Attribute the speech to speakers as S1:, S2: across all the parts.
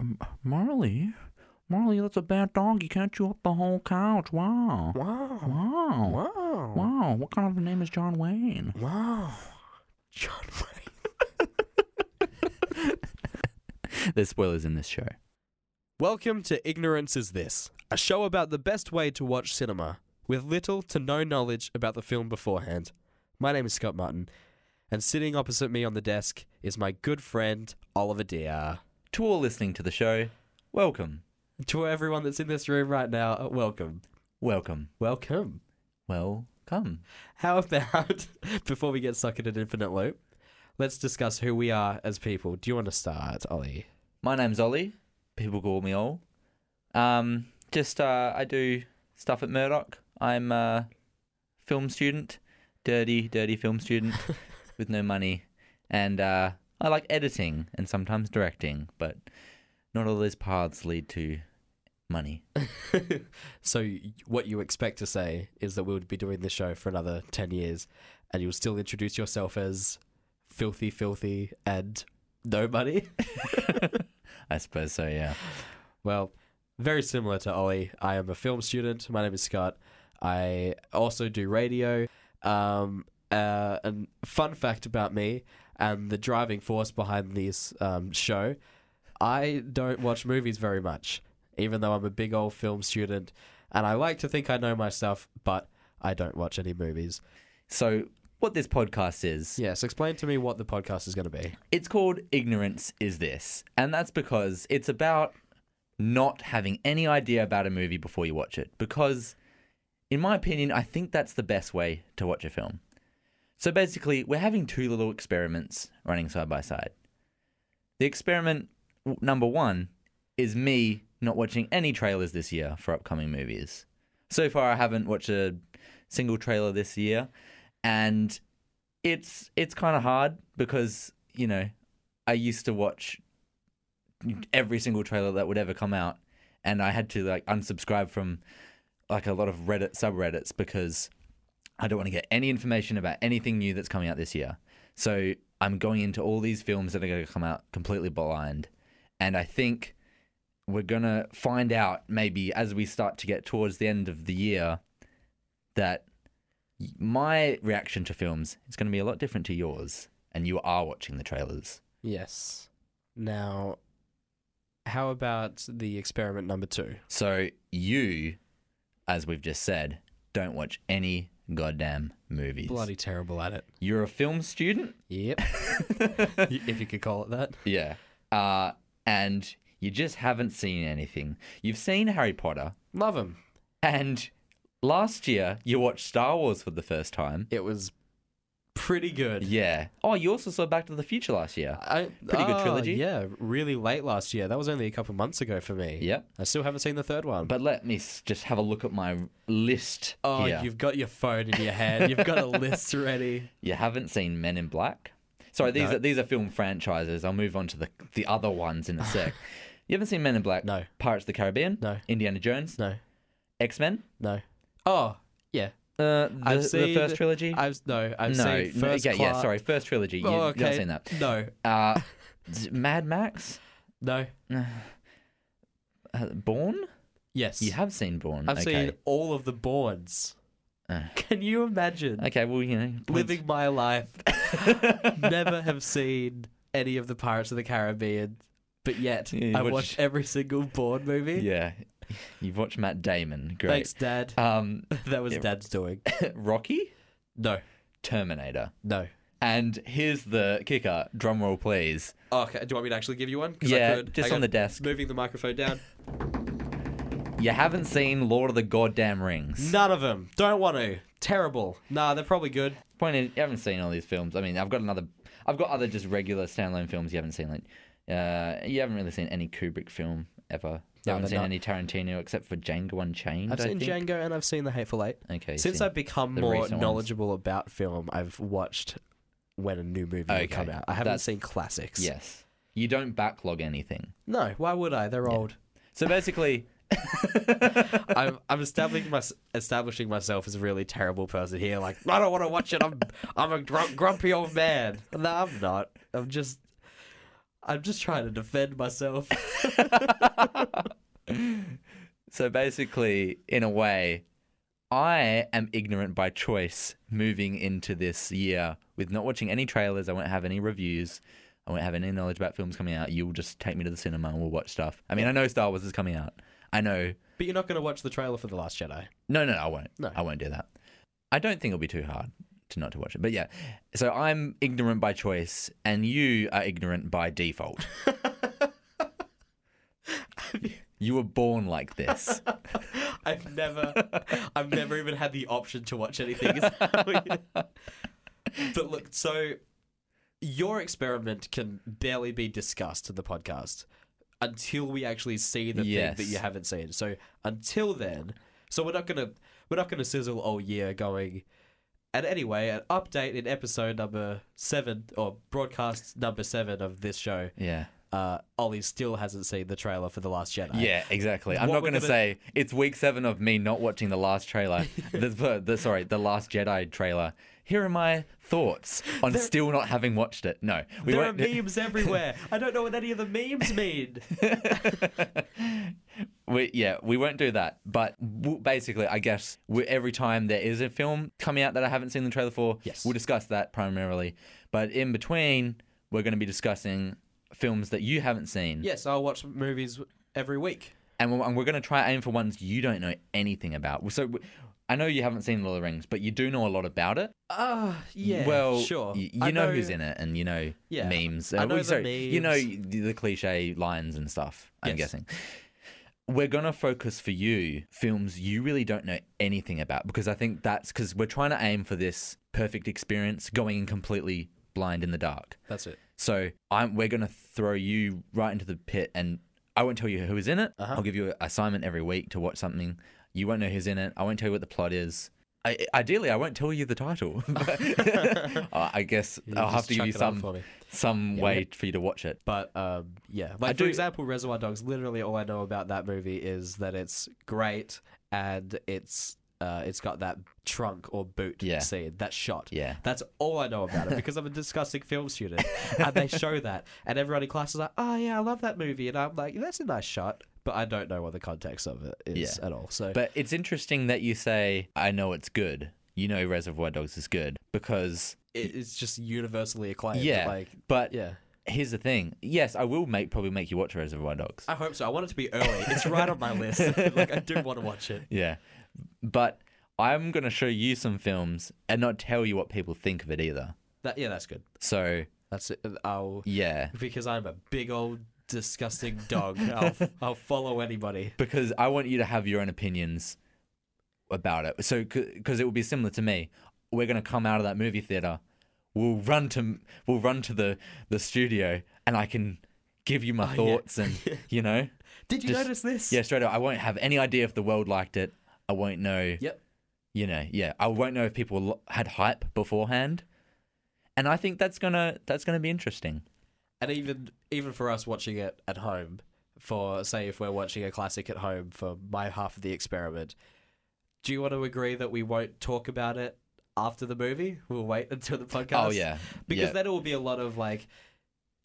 S1: Um, Marley, Marley, that's a bad dog. You can't chew up the whole couch. Wow.
S2: Wow.
S1: Wow.
S2: Wow.
S1: Wow. What kind of a name is John Wayne?
S2: Wow. John Wayne.
S1: There's spoilers in this show.
S2: Welcome to Ignorance Is This, a show about the best way to watch cinema with little to no knowledge about the film beforehand. My name is Scott Martin, and sitting opposite me on the desk is my good friend Oliver Dear.
S3: To all listening to the show, welcome,
S2: To everyone that's in this room right now, uh, welcome.
S3: welcome,
S2: Welcome.
S3: well, come.
S2: How about, before we get stuck in an infinite loop, let's discuss who we are as people. Do you want to start, Ollie?
S3: My name's Ollie. People call me Ol. Um, just uh, I do stuff at Murdoch. I'm a film student, dirty, dirty film student with no money, and uh, I like editing and sometimes directing, but not all those paths lead to money.
S2: So, y- what you expect to say is that we would be doing this show for another 10 years and you'll still introduce yourself as filthy, filthy, and nobody?
S3: I suppose so. Yeah.
S2: well, very similar to Ollie. I am a film student. My name is Scott. I also do radio. Um, uh, and fun fact about me and the driving force behind this um, show I don't watch movies very much, even though I'm a big old film student. And I like to think I know my stuff, but I don't watch any movies.
S3: So what this podcast is?
S2: Yes, explain to me what the podcast is going to be.
S3: It's called Ignorance Is This, and that's because it's about not having any idea about a movie before you watch it. Because, in my opinion, I think that's the best way to watch a film. So basically, we're having two little experiments running side by side. The experiment w- number one is me not watching any trailers this year for upcoming movies. So far, I haven't watched a single trailer this year, and it's it's kind of hard because you know I used to watch every single trailer that would ever come out, and I had to like unsubscribe from like a lot of Reddit subreddits because I don't want to get any information about anything new that's coming out this year. So I'm going into all these films that are going to come out completely blind, and I think we're gonna find out maybe as we start to get towards the end of the year that my reaction to films is going to be a lot different to yours, and you are watching the trailers.
S2: Yes. Now, how about the experiment number two?
S3: So you, as we've just said, don't watch any goddamn movies.
S2: Bloody terrible at it.
S3: You're a film student.
S2: Yep. Y- if you could call it that.
S3: yeah. Uh, and you just haven't seen anything. You've seen Harry Potter,
S2: Love him.
S3: and last year you watched Star Wars for the first time.
S2: It was pretty good.
S3: Yeah. Oh, you also saw Back to the Future last year.
S2: I,
S3: Pretty good
S2: ah,
S3: trilogy.
S2: Yeah, really late last year. That was only a couple months ago for me.
S3: Yep.
S2: I still haven't seen the third one.
S3: But let me s- just have a look at my list
S2: oh,
S3: here.
S2: you've got your phone in your hand. You've got a list ready.
S3: You haven't seen Men in Black? Sorry, these
S2: No.
S3: are these are film franchises. I'll move on to the the other ones in a sec. you haven't seen Men in Black?
S2: No.
S3: Pirates of the Caribbean?
S2: No.
S3: Indiana Jones?
S2: No,
S3: X Men?
S2: no. Oh, yeah.
S3: Uh, the,
S2: I've
S3: the
S2: seen
S3: first trilogy?
S2: I've no. I've
S3: no,
S2: seen
S3: no,
S2: first.
S3: yeah, yeah,
S2: Cla-
S3: sorry, first trilogy. You,
S2: Oh,
S3: you
S2: okay.
S3: haven't seen that.
S2: No,
S3: Uh, z- Mad Max?
S2: no.
S3: Uh, Born?
S2: Yes.
S3: You have seen Born.
S2: I've
S3: okay.
S2: seen all of the Bournes.
S3: Uh.
S2: Can you imagine
S3: Okay, well, you know. points-
S2: living my life, never have seen any of the Pirates of the Caribbean, but yet
S3: Yeah, you
S2: I've
S3: watched-
S2: watched every single Bourne movie.
S3: Yeah. You've watched Matt Damon. Great.
S2: Thanks, Dad.
S3: Um,
S2: that was
S3: Yeah.
S2: Dad's doing.
S3: Rocky?
S2: No,
S3: Terminator.
S2: no.
S3: And here's the kicker. Drum roll, please.
S2: Oh, Okay, do you want me to actually give you one? 'Cause I
S3: Yeah,
S2: could.
S3: just
S2: Hang
S3: on the desk.
S2: Moving the microphone down.
S3: You haven't seen Lord of the Goddamn Rings.
S2: None of them. Don't want to. Terrible. Nah, they're probably good.
S3: Point is, you haven't seen all these films. I mean, I've got another. I've got other just regular standalone films you haven't seen. Like, uh, you haven't really seen any Kubrick film ever. You
S2: No,
S3: haven't
S2: they're
S3: seen
S2: not.
S3: any Tarantino except for Django Unchained.
S2: I've
S3: I
S2: seen
S3: think.
S2: Django and I've seen The Hateful Eight.
S3: Okay. you
S2: Since
S3: see.
S2: I've become
S3: the
S2: more
S3: recent ones.
S2: knowledgeable about film, I've watched when a new movie will
S3: Okay,
S2: come out. I haven't
S3: that's-
S2: seen classics.
S3: yes, you don't backlog anything.
S2: No, why would I? They're old.
S3: So basically,
S2: I'm I'm establishing my, establishing myself as a really terrible person here. Like I don't want to watch it. I'm I'm a grump, grumpy old man. No, I'm not. I'm just I'm just trying to defend myself.
S3: So basically, in a way, I am ignorant by choice moving into this year with not watching any trailers. I won't have any reviews. I won't have any knowledge about films coming out. You'll just take me to the cinema and we'll watch stuff. I mean, I know Star Wars is coming out. I know.
S2: but you're not going to watch the trailer for The Last Jedi.
S3: No, no, no, I won't.
S2: No.
S3: I won't do that. I don't think it'll be too hard to not to watch it. But yeah, so I'm ignorant by choice and you are ignorant by default. you were born like this.
S2: I've never, I've never even had the option to watch anything. is how it- but look, so your experiment can barely be discussed in the podcast until we actually see the
S3: Yes.
S2: thing that you haven't seen. So until then, so we're not gonna, we're not gonna sizzle all year going. And anyway, an update in episode number seven or broadcast number seven of this show.
S3: Yeah.
S2: Uh, Ollie still hasn't seen the trailer for The Last Jedi.
S3: Yeah, exactly. I'm
S2: What
S3: not
S2: we're
S3: going to
S2: gonna-
S3: say it's week seven of me not watching the last trailer. the, the, the- sorry, the Last Jedi trailer. Here are my thoughts on still not having watched it. No, we
S2: there are
S3: won't.
S2: memes everywhere. I don't know what any of the memes mean.
S3: We, yeah, we won't do that. But w- basically, I guess we, every time there is a film coming out that I haven't seen the trailer for,
S2: Yes.
S3: we'll discuss that primarily. But in between, we're going to be discussing films that you haven't seen,
S2: yes, I'll watch movies every week.
S3: and we're, and we're going to try aim for ones you don't know anything about. So. w I I know you haven't seen Lord of the Rings, but you do know a lot about it.
S2: Ah, yeah.
S3: well,
S2: sure.
S3: y- you
S2: I
S3: know, who's in it, and you know
S2: Yeah,
S3: memes.
S2: I know
S3: well,
S2: the
S3: You know
S2: memes.
S3: the, the cliche lines and stuff. I'm
S2: Yes.
S3: guessing. We're gonna focus for you films you really don't know anything about because I think that's because we're trying to aim for this perfect experience, going in completely blind in the dark.
S2: That's it.
S3: So I'm, we're going to throw you right into the pit, and I won't tell you who is in it.
S2: Uh-huh.
S3: I'll give you an assignment every week to watch something. You won't know who's in it. I won't tell you what the plot is. I, ideally, I won't tell you the title. Uh, I guess I'll have
S2: just
S3: to give
S2: chuck
S3: you
S2: it up
S3: some
S2: for me.
S3: some
S2: Yeah,
S3: way for you to watch it.
S2: But um, yeah, like
S3: do-
S2: for example, Reservoir Dogs. Literally, all I know about that movie is that it's great and it's uh, it's got that trunk or boot
S3: Yeah.
S2: scene, that shot.
S3: Yeah.
S2: That's all I know about it because I'm a disgusting film student, and they show that, and everyone in class is like, "Oh yeah, I love that movie," and I'm like, "That's a nice shot," but I don't know what the context of it is
S3: Yeah.
S2: at all. So
S3: But it's interesting that you say, I know it's good. You know Reservoir Dogs is good because,
S2: it, it's just universally acclaimed.
S3: yeah.
S2: like
S3: but
S2: yeah.
S3: here's the thing. Yes, I will make probably make you watch Reservoir Dogs.
S2: I hope so. I want it to be early. It's right on my list. like I do want to watch it.
S3: Yeah. But I'm going to show you some films and not tell you what people think of it either.
S2: That yeah, that's good.
S3: So,
S2: That's it. I'll
S3: yeah.
S2: because I'm a big old disgusting dog. I'll I'll follow anybody.
S3: Because I want you to have your own opinions about it. So, because it will be similar to me. We're going to come out of that movie theater. We'll run to we'll run to the, the studio, and I can give you my
S2: Oh, yeah.
S3: thoughts and you know,
S2: Did you
S3: Just-
S2: notice this?
S3: yeah, straight up. I won't have any idea if the world liked it. I won't know.
S2: Yep.
S3: you know yeah i won't know if people lo- had hype beforehand and i think that's gonna that's gonna be interesting
S2: And even even for us watching it at home, for say if we're watching a classic at home for my half of the experiment, do you want to agree that we won't talk about it after the movie? We'll wait until the podcast.
S3: oh yeah
S2: Because
S3: yeah.
S2: then it will be a lot of like,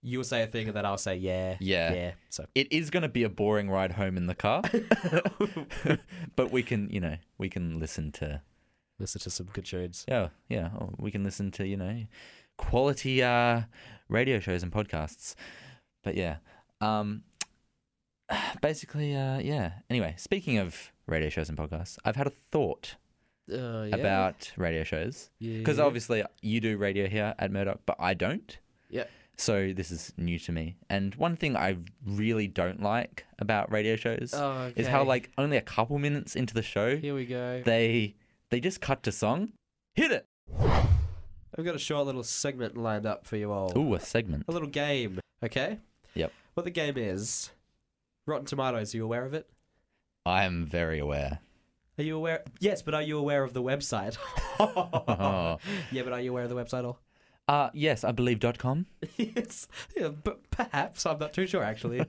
S2: you'll say a thing and then I'll say yeah,
S3: Yeah.
S2: yeah. So
S3: it is gonna be a boring ride home in the car but we can you know we can listen to
S2: listen to some good tunes.
S3: yeah yeah oh, we can listen to you know quality uh radio shows and podcasts but yeah um basically uh yeah anyway speaking of radio shows and podcasts i've had a thought
S2: Uh,
S3: about radio shows Because obviously you do radio here at Murdoch, but I don't.
S2: Yeah.
S3: So this is new to me. And one thing I really don't like about radio shows
S2: Oh,
S3: is how like only a couple minutes into the show
S2: here we go.
S3: they they just cut to song. Hit it.
S2: I've got a short little segment lined up for you all.
S3: Ooh, a segment.
S2: A little game, okay?
S3: Yep.
S2: What the game is? Rotten Tomatoes. Are you aware of it?
S3: I am very aware.
S2: Are you aware? Yes, but are you aware of the website? yeah, but are you aware of the website? All
S3: Uh yes, I believe dot com.
S2: yes, yeah, but perhaps I'm not too sure actually.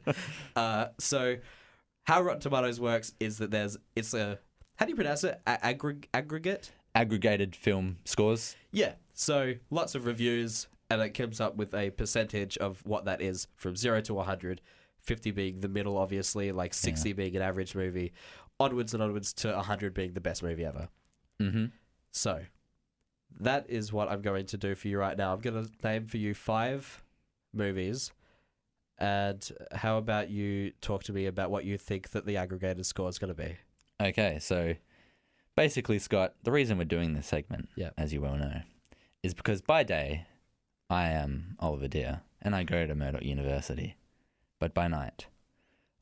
S2: uh, so, how Rotten Tomatoes works is that there's it's a how do you pronounce it? A- aggr- aggregate.
S3: Aggregated film scores.
S2: Yeah. So lots of reviews and it comes up with a percentage of what that is from 0 to 100 50 being the middle obviously like 60 being an average movie onwards and onwards to 100 being the best movie ever
S3: Mm-hmm.
S2: so that is what i'm going to do for you right now i'm going to name for you five movies and how about you talk to me about what you think that the aggregated score is going to be
S3: Okay, so basically, Scott, the reason we're doing this segment,
S2: Yeah.
S3: as you well know, is because by day I am Oliver Deer and I go to Murdoch University, but by night,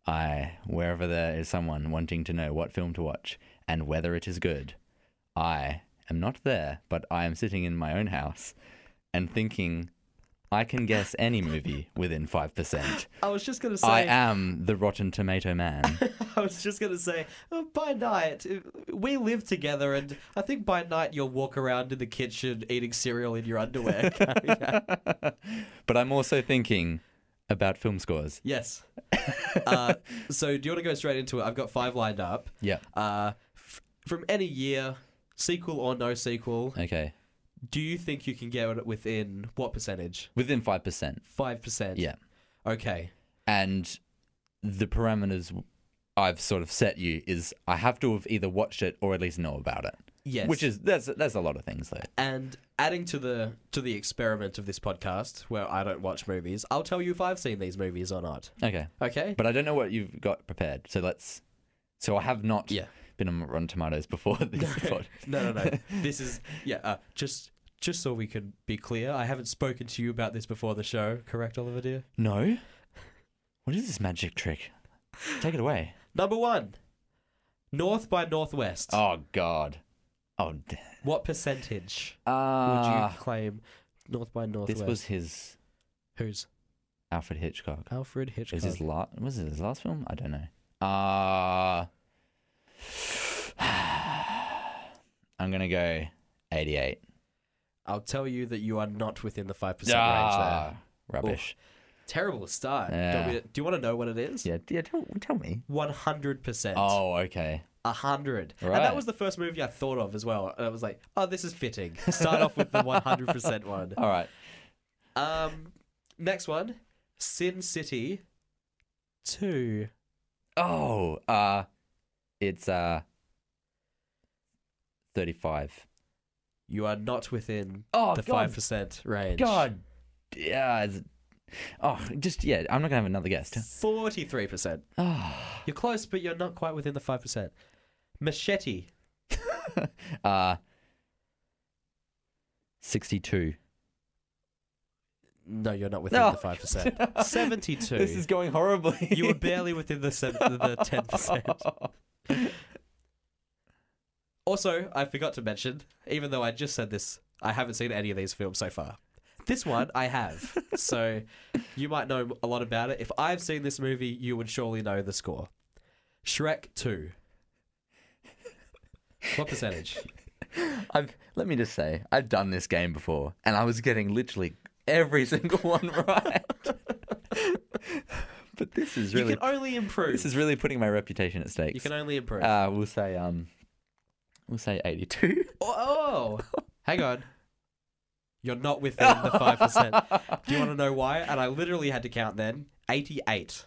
S3: I wherever there is someone wanting to know what film to watch and whether it is good, I am not there, but I am sitting in my own house and thinking. I can guess any movie within 5%.
S2: i was just going to
S3: I am the Rotten Tomato Man.
S2: I was just gonna say, uh, by night uh, we live together, and I think by night you'll walk around in the kitchen eating cereal in your underwear.
S3: but I'm also thinking about film scores.
S2: yes. Uh, so do you want to go straight into it? I've got five lined up.
S3: Yeah.
S2: Uh, f- from any year, sequel or no sequel,
S3: Okay.
S2: do you think you can get it within what percentage?
S3: Within 5%.
S2: Five percent.
S3: Yeah.
S2: Okay.
S3: And the parameters I've sort of set you is I have to have either watched it or at least know about it.
S2: Yes.
S3: Which is there's there's a lot of things there.
S2: and adding to the to the experiment of this podcast where I don't watch movies, I'll tell you if I've seen these movies or not.
S3: Okay.
S2: Okay.
S3: But I don't know what you've got prepared. So let's so I have not
S2: Yeah.
S3: been on Rotten Tomatoes before this pod.
S2: no, no, no. This is yeah. Uh, just just so we can be clear, I haven't spoken to you about this before the show. Correct, Oliver dear.
S3: No. What is this magic trick? Take it away.
S2: Number one, North by Northwest.
S3: Oh god. Oh d-
S2: What percentage
S3: Ah.
S2: would you claim North by Uh, Northwest?
S3: This was his
S2: who's
S3: Alfred Hitchcock.
S2: Alfred
S3: It
S2: Hitchcock.
S3: was his last. Was it his last film? I don't know. Uh I'm gonna go 88.
S2: I'll tell you that you are not within the five percent range there.
S3: Ah, rubbish.
S2: Terrible start. Do you
S3: Yeah.
S2: want me to- do you want to know what it is?
S3: Yeah, yeah. Tell, tell me.
S2: One hundred percent.
S3: Oh, okay.
S2: A hundred. And
S3: Right.
S2: that was the first movie I thought of as well. And I was like, oh, this is fitting. Start off with the one hundred percent one.
S3: All right.
S2: Um, next one, Sin City Two.
S3: Oh, uh, it's uh, 35.
S2: You are not within
S3: Oh
S2: the
S3: God,
S2: five percent range.
S3: God, yeah. It's, oh, just yeah. I'm not gonna have another guest.
S2: forty-three percent.
S3: Oh.
S2: You're close, but you're not quite within the five percent. Machete.
S3: uh, 62.
S2: No, you're not within
S3: No.
S2: the five percent. Seventy-two.
S3: This is going horribly. Oh.
S2: You were barely within the seven, the ten percent. Also, I forgot to mention, even though I just said this, I haven't seen any of these films so far. This one I have, so you might know a lot about it. If I've seen this movie, you would surely know the score. Shrek Two. What percentage?
S3: I've, let me just say, I've done this game before, and I was getting literally every single one right. but this is really,
S2: You can only improve.
S3: this is really putting my reputation at stake.
S2: you can only improve.
S3: uh, we'll say, um, we'll say 82.
S2: oh, oh, hang on. You're not within the five percent. Do you want to know why? And I literally had to count then. Eighty-eight,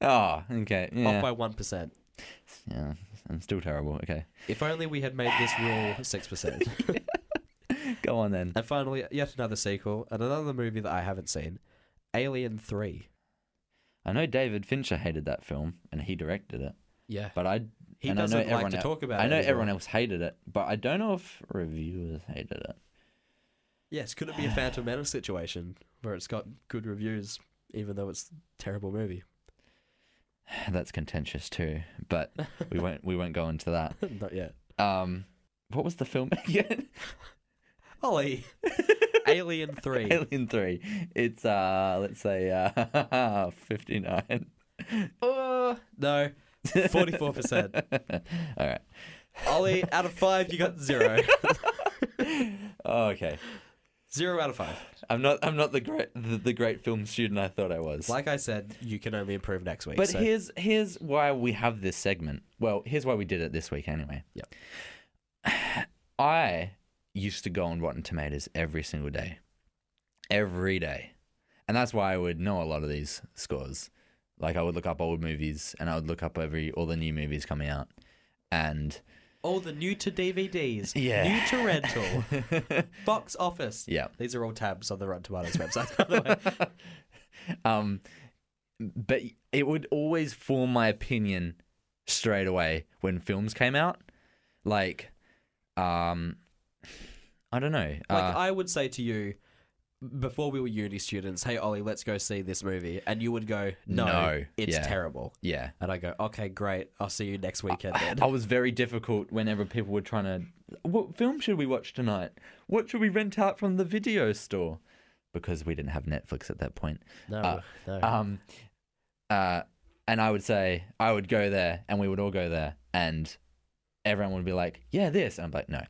S3: Oh, okay.
S2: off
S3: Yeah.
S2: by one percent.
S3: yeah, I'm still terrible. Okay,
S2: If only we had made this rule six percent.
S3: go on then.
S2: And finally, yet another sequel and another movie that I haven't seen, Alien Three.
S3: I know David Fincher hated that film, and he directed it.
S2: Yeah,
S3: But I
S2: he
S3: and I know
S2: doesn't like
S3: everyone
S2: to
S3: el-
S2: talk about.
S3: I
S2: it
S3: know
S2: anymore.
S3: everyone else hated it, but I don't know if reviewers hated it.
S2: Yes, could it be a Phantom Menace situation where it's got good reviews, even though it's a terrible movie?
S3: That's contentious too, but we won't we won't go into that.
S2: Not yet.
S3: Um, what was the film again?
S2: Ollie, Alien Three.
S3: Alien Three. It's uh, let's say uh, fifty nine.
S2: Uh, no, forty-four percent.
S3: All right.
S2: Ollie, out of five, you got zero.
S3: Oh, okay.
S2: zero out of five.
S3: I'm not I'm not the great the, the great film student I thought I was.
S2: Like I said, you can only improve next week.
S3: But
S2: so-
S3: here's here's why we have this segment. Well, here's why we did it this week anyway.
S2: Yep.
S3: I used to go on Rotten Tomatoes every single day every day. And that's why I would know a lot of these scores. Like I would look up old movies and I would look up every all the new movies coming out. And
S2: All the new to DVDs,
S3: Yeah.
S2: new to rental, box office.
S3: yeah. Uh.
S2: These are all tabs on the Rotten Tomatoes website, by the way.
S3: um but it would always form my opinion straight away when films came out. Like um I don't know.
S2: Like
S3: Uh,
S2: I would say to you before we were uni students, hey Ollie, let's go see this movie, and you would go, no,
S3: No,
S2: it's
S3: yeah.
S2: terrible,
S3: yeah.
S2: and I go, okay, great, I'll see you next weekend.
S3: I,
S2: Then.
S3: I was very difficult whenever people were trying to. What film should we watch tonight? What should we rent out from the video store? Because we didn't have Netflix at that point.
S2: no,
S3: uh,
S2: no.
S3: Um, uh, and I would say I would go there, and we would all go there, and everyone would be like, "Yeah, this," and I'm like, "No,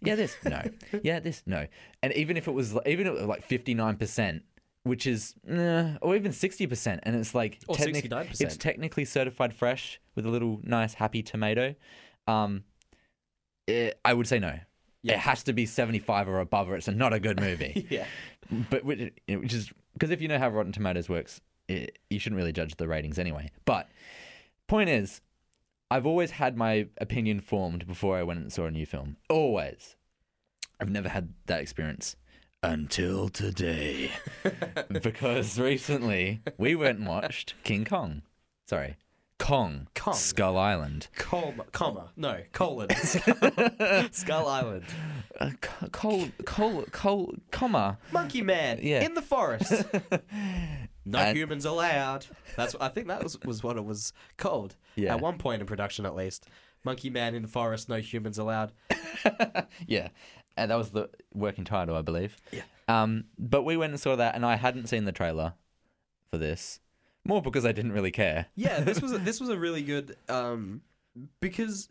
S3: yeah, this, no, yeah, this, no." And even if it was, even if it was like 59 percent, which is, eh, or even 60 percent, and it's like
S2: Or
S3: technic-
S2: 69%.
S3: it's technically certified fresh with a little nice happy tomato. Um, eh, I would say no.
S2: Yeah.
S3: It has to be 75 or above, or it's not a good movie
S2: yeah,
S3: but which, which is because if you know how Rotten Tomatoes works, it, you shouldn't really judge the ratings anyway. But point is, I've always had my opinion formed before I went and saw a new film. Always, I've never had that experience until today, because recently we went and watched King Kong. Sorry, Kong,
S2: Kong.
S3: Skull Island.
S2: comma, comma, no, colon, Skull Island,
S3: Uh, co- col, col, col, comma.
S2: Monkey Man,
S3: Yeah.
S2: in the forest. No
S3: And-
S2: humans allowed. That's what, I think that was, was what it was called
S3: Yeah.
S2: at one point in production, at least. Monkey Man in the forest, no humans allowed.
S3: Yeah, and that was the working title, I believe.
S2: Yeah.
S3: Um, but we went and saw that, and I hadn't seen the trailer for this, more because I didn't really care.
S2: Yeah, this was a, this was a really good um because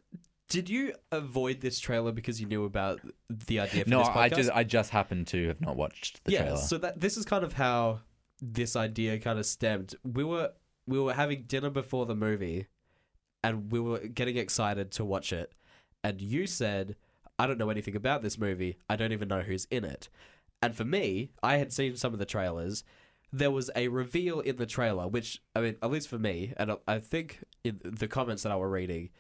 S2: did you avoid this trailer because you knew about the idea for
S3: No,
S2: this podcast?
S3: I just I just happened to have not watched the
S2: yeah,
S3: trailer.
S2: so that this is kind of how this idea kind of stemmed. We were we were having dinner before the movie and we were getting excited to watch it and you said, "I don't know anything about this movie. I don't even know who's in it." And for me, I had seen some of the trailers. There was a reveal in the trailer, which I mean, at least for me, and I- I think in the comments that I were reading,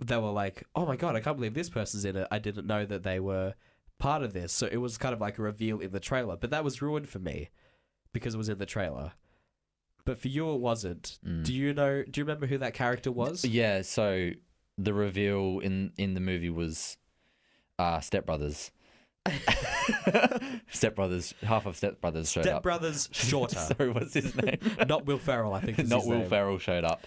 S2: they were like, "Oh my god, I can't believe this person's in it. I didn't know that they were part of this." So it was kind of like a reveal in the trailer, but that was ruined for me because it was in the trailer. But for you, it wasn't.
S3: Mm.
S2: Do you know? Do you remember who that character was?
S3: yeah, so the reveal in in the movie was uh, Step Brothers. Step Brothers, half of Step Brothers showed
S2: Step
S3: up.
S2: Brothers Shorter.
S3: Sorry, what's his name?
S2: Not Will Ferrell, I think. Is
S3: not
S2: his
S3: Will
S2: name.
S3: Ferrell showed up.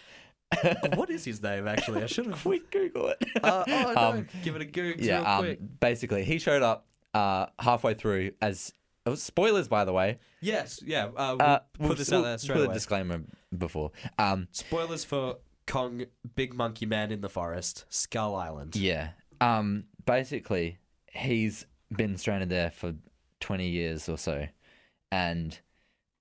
S2: What is his name? Actually, I should have.
S3: Quick, Google it.
S2: Uh, oh no!
S3: Um,
S2: Give it a Google real
S3: yeah, um,
S2: quick.
S3: basically, he showed up uh, halfway through as it was spoilers, by the way.
S2: Yes, yeah. Uh, we'll
S3: Uh,
S2: put
S3: we'll-
S2: this
S3: we'll
S2: out there straight
S3: put
S2: away.
S3: a disclaimer before. Um,
S2: Spoilers for Kong, Big Monkey Man in the Forest, Skull Island.
S3: yeah. Um, basically, he's been stranded there for 20 years or so, and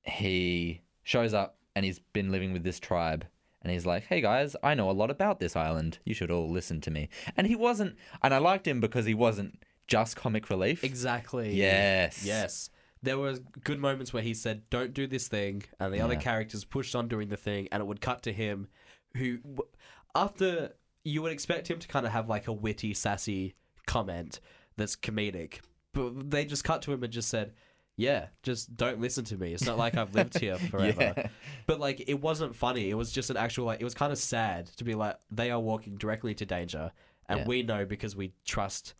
S3: he shows up and he's been living with this tribe. And he's like, "Hey guys, I know a lot about this island. You should all listen to me." And he wasn't, and I liked him because he wasn't just comic relief.
S2: Exactly.
S3: Yes.
S2: Yes. There were good moments where he said, "Don't do this thing," and the other
S3: Yeah.
S2: characters pushed on doing the thing, and it would cut to him, who, w- after you would expect him to kind of have like a witty, sassy comment that's comedic, but they just cut to him and just said, "Yeah, just don't listen to me. It's not like I've lived here forever."
S3: Yeah.
S2: But like, it wasn't funny. It was just an actual like. It was kind of sad to be like they are walking directly to danger, and
S3: Yeah.
S2: we know because we trust.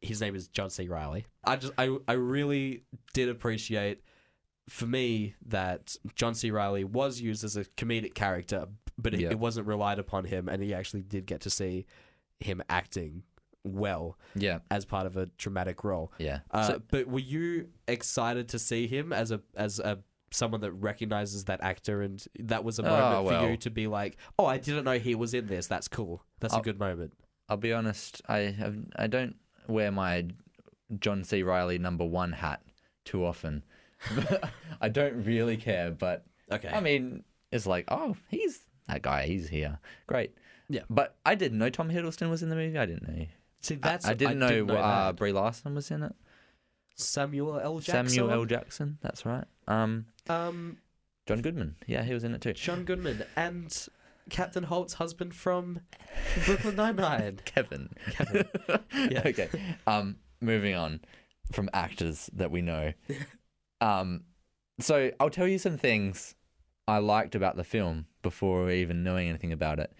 S2: His name is John C. Riley. I just I I really did appreciate for me that John C. Riley was used as a comedic character, but it,
S3: Yeah.
S2: it wasn't relied upon him, and he actually did get to see him acting well
S3: Yeah.
S2: as part of a dramatic role.
S3: Yeah.
S2: Uh,
S3: so,
S2: but were you excited to see him as a as a someone that recognizes that actor and that was a
S3: Oh,
S2: moment for you
S3: well.
S2: to be like, oh, I didn't know he was in this. That's cool. That's a
S3: I'll-
S2: good moment.
S3: I'll be honest. I have, I don't wear my John C. Riley number one hat too often. I don't really care, but
S2: Okay.
S3: I mean, it's like, oh, he's that guy. He's here. Great.
S2: Yeah.
S3: But I didn't know Tom Hiddleston was in the movie. I didn't know.
S2: see,
S3: I-
S2: that's
S3: I, didn't know, uh,
S2: that.
S3: Brie Larson was in it.
S2: Samuel L. Jackson.
S3: Samuel L. Jackson. That's right. Um,
S2: Um,
S3: John Goodman. Yeah, he was in it too.
S2: John Goodman and Captain Holt's husband from Brooklyn Nine-Nine.
S3: Kevin.
S2: Kevin. Yeah.
S3: okay. Um, moving on from actors that we know. Um, so I'll tell you some things I liked about the film before even knowing anything about it.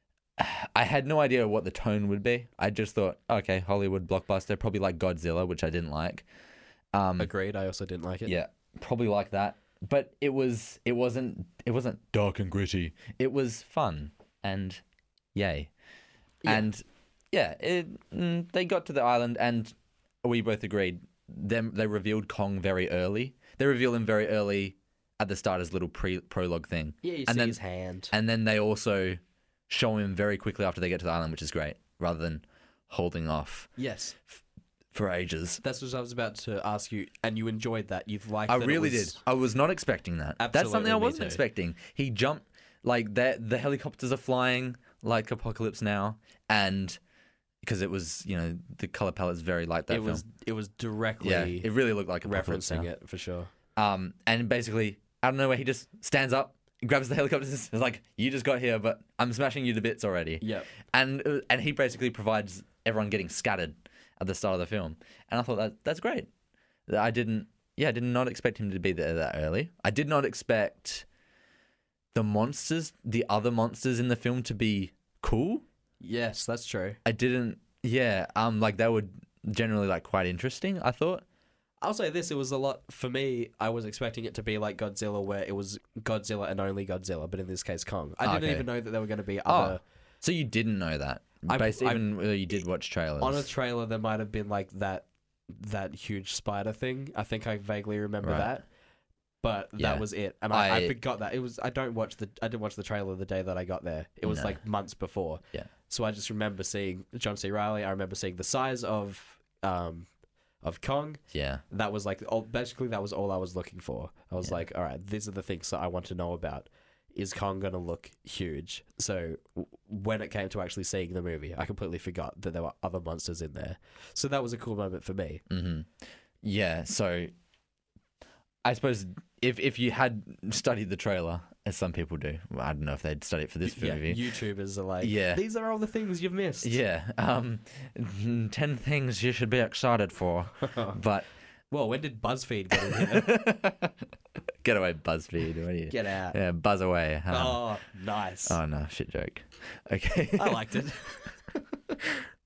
S3: I had no idea what the tone would be. I just thought, okay, Hollywood blockbuster, probably like Godzilla, which I didn't like. Um,
S2: Agreed. I also didn't like it.
S3: yeah, probably like that. But it was it wasn't it wasn't dark and gritty. It was fun and yay.
S2: Yeah.
S3: And yeah, it, mm, they got to the island and we both agreed them they revealed Kong very early. They reveal him very early at the start as a little pre prologue thing.
S2: Yeah, you
S3: And
S2: see
S3: then-
S2: his hand.
S3: And then they also show him very quickly after they get to the island, which is great, rather than holding off
S2: yes,
S3: for ages.
S2: that's what I was about to ask you, and you enjoyed that. You've liked.
S3: I
S2: that it
S3: really
S2: was-
S3: did. I was not expecting that. That's something
S2: Absolutely,
S3: I
S2: me
S3: wasn't
S2: too.
S3: expecting. He jumped like the the helicopters are flying like Apocalypse Now, and because it was you know the color palette's very like that
S2: It
S3: film.
S2: was. It was directly
S3: yeah, it really looked like Apocalypse
S2: referencing
S3: Now.
S2: it for sure.
S3: Um, and basically out of nowhere he just stands up, grabs the helicopters, and is like, "You just got here, but I'm smashing you to bits already."
S2: Yep.
S3: and it was- and he basically provides everyone getting scattered at the start of the film, and I thought that that's great. That I didn't, yeah, I did not expect him to be there that early. I did not expect the monsters, the other monsters in the film, to be cool.
S2: Yes, that's true.
S3: I didn't, yeah, um, like they were generally like quite interesting. I thought,
S2: I'll say this: it was a lot for me. I was expecting it to be like Godzilla, where it was Godzilla and only Godzilla, but in this case, Kong. I
S3: Ah,
S2: didn't
S3: okay. Ah.
S2: even know that there were going to be other.
S3: so you didn't know that,
S2: I-
S3: based
S2: I-
S3: even though you did watch trailers.
S2: On a trailer, there might have been like that that huge spider thing. I think I vaguely remember
S3: Right.
S2: that, but
S3: Yeah.
S2: that was it. And I, I,
S3: I-
S2: forgot that it was. I don't watch the. I didn't watch the trailer the day that I got there. It was
S3: No.
S2: like months before.
S3: Yeah.
S2: So I just remember seeing John C. Riley. I remember seeing the size of um of Kong.
S3: yeah,
S2: that was like all, basically that was all I was looking for. I was
S3: Yeah.
S2: like, all right, these are the things that I want to know about. Is Kong gonna look huge? So w- when it came to actually seeing the movie, I completely forgot that there were other monsters in there. So that was a cool moment for me.
S3: hmm Yeah, so I suppose if if you had studied the trailer, as some people do, well, I don't know if they'd study it for this
S2: yeah,
S3: movie.
S2: YouTubers are like,
S3: Yeah.
S2: these are all the things you've missed.
S3: Yeah, um, ten things you should be excited for. But
S2: Well, when did BuzzFeed get in here?
S3: get away, BuzzFeed. What are you?
S2: get out.
S3: Yeah, buzz away. um,
S2: Oh, nice.
S3: oh no, shit joke. Okay.
S2: I liked it.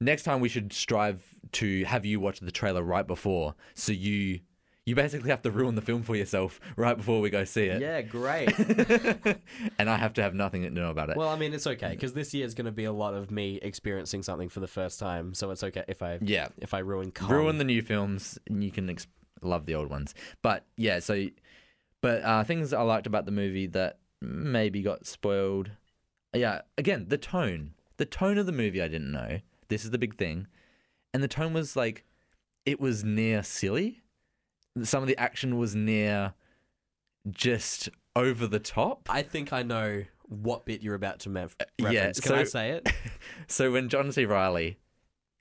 S3: next time we should strive to have you watch the trailer right before so you you basically have to ruin the film for yourself right before we go see it
S2: yeah, great.
S3: and i have to have nothing to know about it
S2: Well, I mean, it's okay because this year is going to be a lot of me experiencing something for the first time. So it's okay if I
S3: yeah
S2: if I ruin Kong.
S3: ruin the new films and you can ex- love the old ones but yeah so but uh things i liked about the movie that maybe got spoiled yeah again the tone the tone of the movie i didn't know this is the big thing and the tone was like it was near silly some of the action was near just over the top
S2: I think I know what bit you're about to me-
S3: yeah,
S2: reference. Can I
S3: so-
S2: say it?
S3: So when John C. Riley,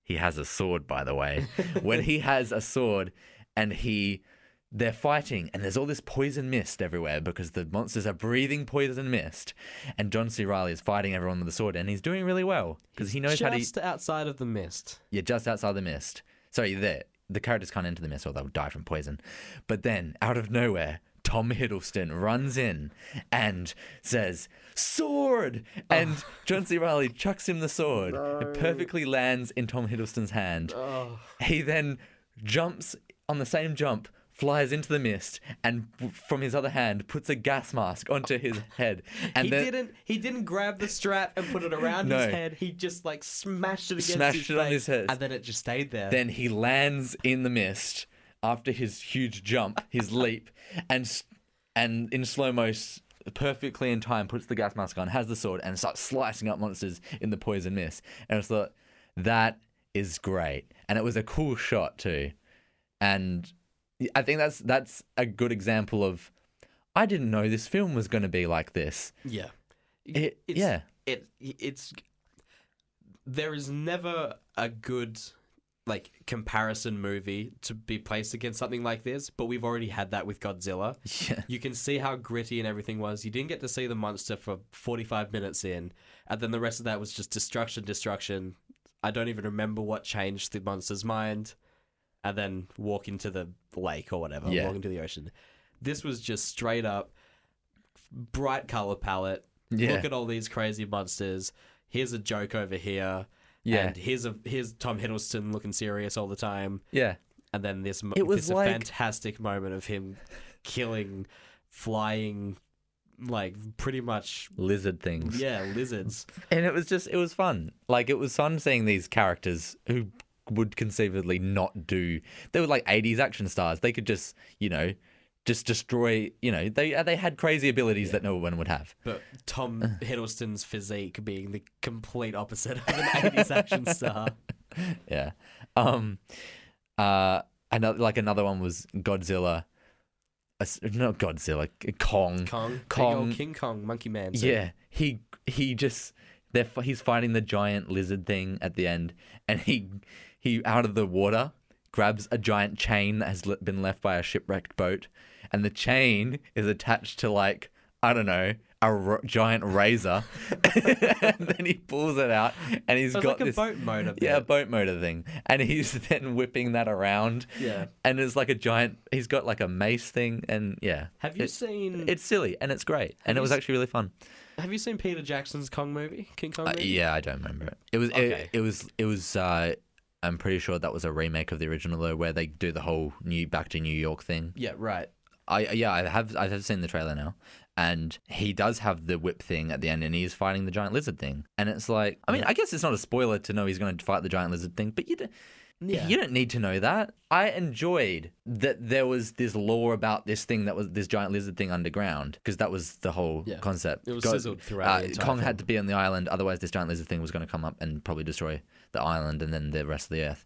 S3: he has a sword, by the way. when he has a sword, and he, they're fighting, and there's all this poison mist everywhere because the monsters are breathing poison mist, and John C. Riley is fighting everyone with a sword, and he's doing really well because he knows how to.
S2: Just outside of the mist.
S3: You're just outside the mist. Sorry, there. The characters can't enter the mist or they'll die from poison. But then, out of nowhere, Tom Hiddleston runs in and says, Sword! And John C. Riley chucks him the sword. It perfectly lands in Tom Hiddleston's hand. He then jumps on the same jump, flies into the mist, and from his other hand puts a gas mask onto his head. And
S2: he
S3: then
S2: didn't. He didn't grab the strap and put it around
S3: No.
S2: his head. He just like smashed it against
S3: Smashed
S2: his
S3: it on
S2: face,
S3: his head.
S2: and then it just stayed there.
S3: Then he lands in the mist after his huge jump, his leap, and s- and in slow mo, s- perfectly in time, puts the gas mask on, has the sword, and starts slicing up monsters in the poison mist. And I just thought that is great, and it was a cool shot too. And I think that's that's a good example of I didn't know this film was going to be like this.
S2: yeah,
S3: It,
S2: It's-
S3: yeah,
S2: it it's there is never a good like comparison movie to be placed against something like this, but we've already had that with Godzilla.
S3: Yeah.
S2: You can see how gritty and everything was. You didn't get to see the monster for 45 minutes in, and then the rest of that was just destruction, destruction. I don't even remember what changed the monster's mind, and then walk into the lake or whatever,
S3: Yeah.
S2: walk into the ocean. This was just straight up bright color palette.
S3: Yeah.
S2: Look at all these crazy monsters. Here's a joke over here.
S3: Yeah.
S2: And here's a here's Tom Hiddleston looking serious all the time,
S3: Yeah.
S2: and then this mo-
S1: It was
S2: this
S1: like-
S2: fantastic moment of him killing, flying, like pretty much
S3: Lizard things.
S2: yeah lizards.
S3: And it was just, it was fun. Like, it was fun seeing these characters who would conceivably not do, they were like 80s action stars. They could just, you know, just destroy, you know, they uh, they had crazy abilities that no one would have.
S2: But Tom Hiddleston's physique being the complete opposite of an 80s action star.
S3: Yeah. Um, uh, another, like another one was Godzilla, uh, not Godzilla, Kong.
S2: Kong, big
S3: Kong.
S2: old King Kong, Monkey Man. so-
S3: Yeah, he he just they're fi- he's fighting the giant lizard thing at the end, and he he out of the water grabs a giant chain that has le- been left by a shipwrecked boat, and the chain is attached to like I don't know a r- giant razor, and then he pulls it out, and he's
S2: So it's
S3: got
S2: like a
S3: this
S2: boat motor.
S3: yeah,
S2: bit.
S3: boat motor thing. And he's then whipping that around.
S2: Yeah.
S3: And it's like a giant, he's got like a mace thing. And yeah.
S2: Have you
S3: It-
S2: seen
S3: It's silly and it's great. And it
S2: you
S3: was
S2: s-
S3: actually really fun.
S2: Have you seen Peter Jackson's Kong movie? King Kong
S3: Uh,
S2: movie?
S3: yeah, I don't remember it. It was,
S2: Okay.
S3: it, it was, it was, uh, I'm pretty sure that was a remake of the original though, where they do the whole new back to New York thing.
S2: Yeah, right.
S3: I yeah, I have I have seen the trailer now, and he does have the whip thing at the end, and he's fighting the giant lizard thing, and it's like, I mean, I guess it's not a spoiler to know he's going to fight the giant lizard thing, but you don't,
S2: Yeah.
S3: you don't need to know that. I enjoyed that there was this lore about this thing that was this giant lizard thing underground because that was the whole
S2: Yeah.
S3: concept.
S2: It was
S3: God-
S2: sizzled throughout the entire
S3: Kong
S2: film.
S3: had to be on the island, otherwise this giant lizard thing was going to come up and probably destroy the island and then the rest of the earth.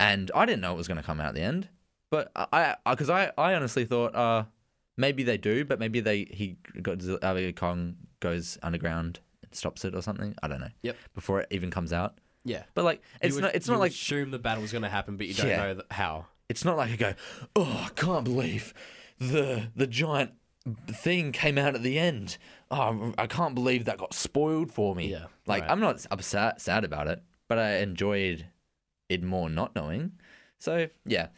S3: And I didn't know it was going to come out at the end, but I because I, I honestly thought uh maybe they do, but maybe they he got uh, Kong goes underground and stops it or something. I don't know.
S2: Yep.
S3: Before it even comes out,
S2: Yeah.
S3: but like
S2: You
S3: it's
S2: would-
S3: not it's
S2: you
S3: not
S2: would
S3: like
S2: assume the battle's going to happen, but you don't
S3: Yeah.
S2: know th- how.
S3: it's not like I go, oh, I can't believe the the giant thing came out at the end. Oh, I can't believe that got spoiled for me.
S2: Yeah,
S3: like
S2: right.
S3: I'm not upset sad about it, but I enjoyed it more not knowing. So yeah,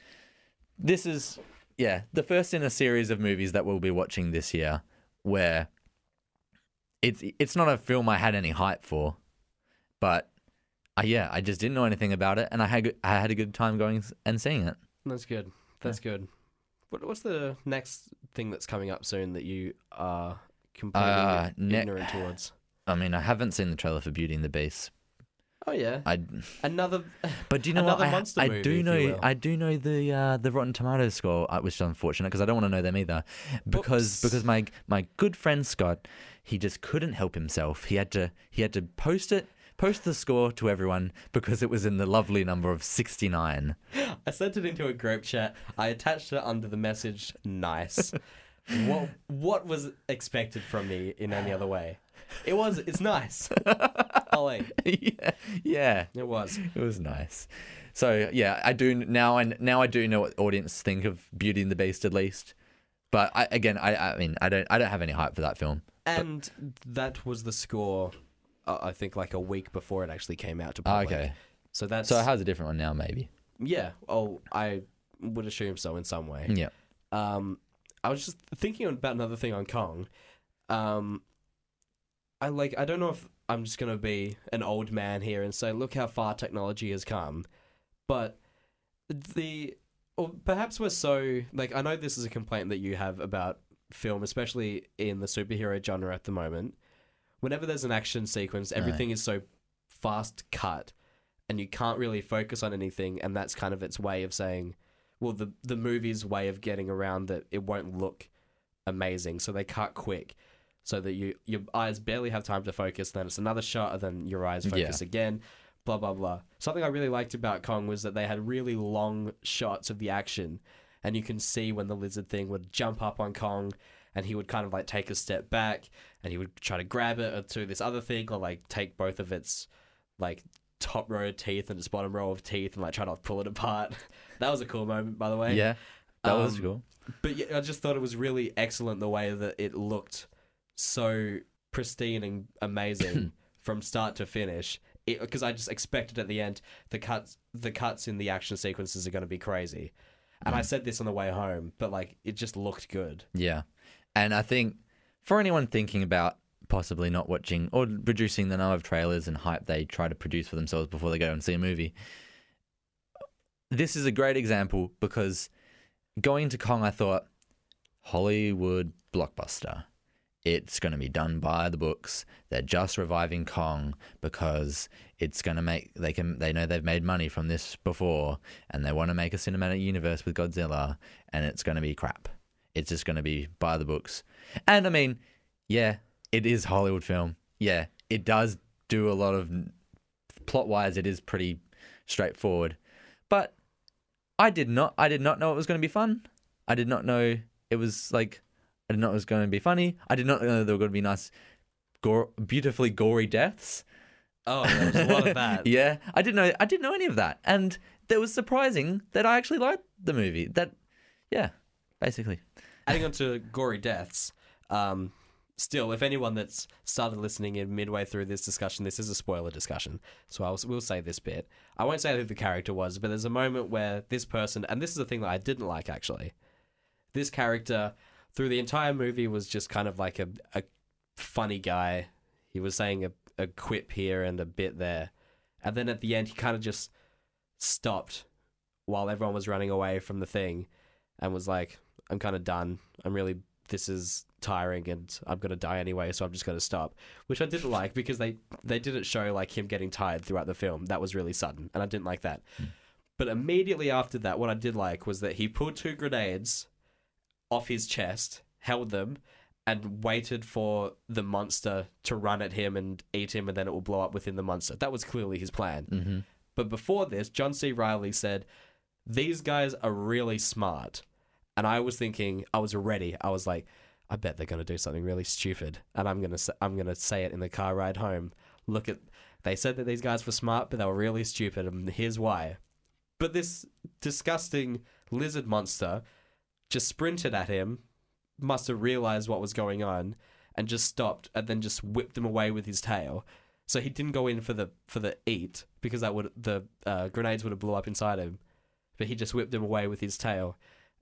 S3: this is yeah the first in a series of movies that we'll be watching this year where it's it's not a film I had any hype for, but. Uh, yeah, I just didn't know anything about it, and I had I had a good time going s- and seeing it.
S2: That's good. That's good. What, what's the next thing that's coming up soon that you are completely
S3: Uh, ne-
S2: ignorant towards?
S3: I mean, I haven't seen the trailer for Beauty and the Beast.
S2: Oh yeah,
S3: I,
S2: another.
S3: but do you know
S2: Another
S3: what? I-
S2: monster
S3: I,
S2: movie,
S3: do
S2: if you
S3: know.
S2: will.
S3: I do know the uh, the Rotten Tomatoes score, uh, which is unfortunate because I don't want to know them either. Because
S2: Whoops.
S3: because my my good friend Scott, he just couldn't help himself. He had to he had to post it. Post the score to everyone because it was in the lovely number of 69.
S2: I sent it into a group chat. I attached it under the message. Nice. what what was expected from me in any other way? It was. It's nice. Ollie,
S3: yeah, yeah,
S2: it was.
S3: it was nice. So yeah, I do now. I now I do know what audience think of Beauty and the Beast at least. But I, again, I, I mean, I don't I don't have any hype for that film.
S2: And that was the score. Uh, I think like a week before it actually came out to
S3: Ah,
S2: public.
S3: okay.
S2: So that's
S3: So it has a different one now, maybe.
S2: yeah. Oh, I would assume so in some way.
S3: Yeah.
S2: Um, I was just thinking about another thing on Kong. Um, I like. I don't know if I'm just gonna be an old man here and say, look how far technology has come, but the or perhaps we're so like. I know this is a complaint that you have about film, especially in the superhero genre at the moment. Whenever there's an action sequence, everything is so fast cut, and you can't really focus on anything, and that's kind of its way of saying well the the movie's way of getting around that it won't look amazing so they cut quick so that you your eyes barely have time to focus then it's another shot and then your eyes focus again blah blah blah something i really liked about kong was that they had really long shots of the action and you can see when the lizard thing would jump up on kong and he would kind of like take a step uh, back and he would try to grab it or do this other thing or like take both of its like top row of teeth and its bottom row of teeth and like try not to pull it apart. That was a cool moment, by the way.
S3: yeah, that was
S2: Um,
S3: cool.
S2: But yeah, I just thought it was really excellent the way that it looked so pristine and amazing from start to finish. Because I just expected at the end the cuts, the cuts in the action sequences are going to be crazy. And I said this on the way home, but like it just looked good.
S3: Yeah, and I think for anyone thinking about possibly not watching or reducing the number of trailers and hype they try to produce for themselves before they go and see a movie, this is a great example because going to Kong, I thought Hollywood blockbuster. It's going to be done by the books. They're just reviving Kong because it's going to make they can they know they've made money from this before and they want to make a cinematic universe with Godzilla and it's going to be crap. It's just going to be by the books. And I mean, yeah, it is Hollywood film. Yeah, it does do a lot of plot wise it is pretty straightforward. But I did not I did not know it was going to be fun. I did not know it was like I did not know it was going to be funny. I did not know there were going to be nice gore, beautifully gory deaths.
S2: Oh, there was a lot of that.
S3: yeah, I didn't know I didn't know any of that. And that was surprising that I actually liked the movie. That yeah, basically.
S2: adding on to gory deaths um still if anyone that's started listening in midway through this discussion this is a spoiler discussion so i will we'll say this bit i won't say who the character was but there's a moment where this person and this is the thing that i didn't like actually this character through the entire movie was just kind of like a, a funny guy he was saying a, a quip here and a bit there and then at the end he kind of just stopped while everyone was running away from the thing and was like, I'm kind of done. I'm really, this is tiring and I'm going to die anyway, so I'm just going to stop. Which I didn't like because they, they didn't show like him getting tired throughout the film. That was really sudden and I didn't like that. But immediately after that, what I did like was that he pulled two grenades off his chest, held them, and waited for the monster to run at him and eat him, and then it will blow up within the monster. That was clearly his plan. But before this, John C. Riley said, These guys are really smart. And I was thinking, I was ready. I was like, I bet they're gonna do something really stupid, and I'm gonna sa- I'm gonna say it in the car ride home. Look at, they said that these guys were smart, but they were really stupid, and here's why. But this disgusting lizard monster just sprinted at him, must have realized what was going on, and just stopped, and then just whipped him away with his tail. So he didn't go in for the for the eat because that would the uh, grenades would have blew up inside him, but he just whipped him away with his tail,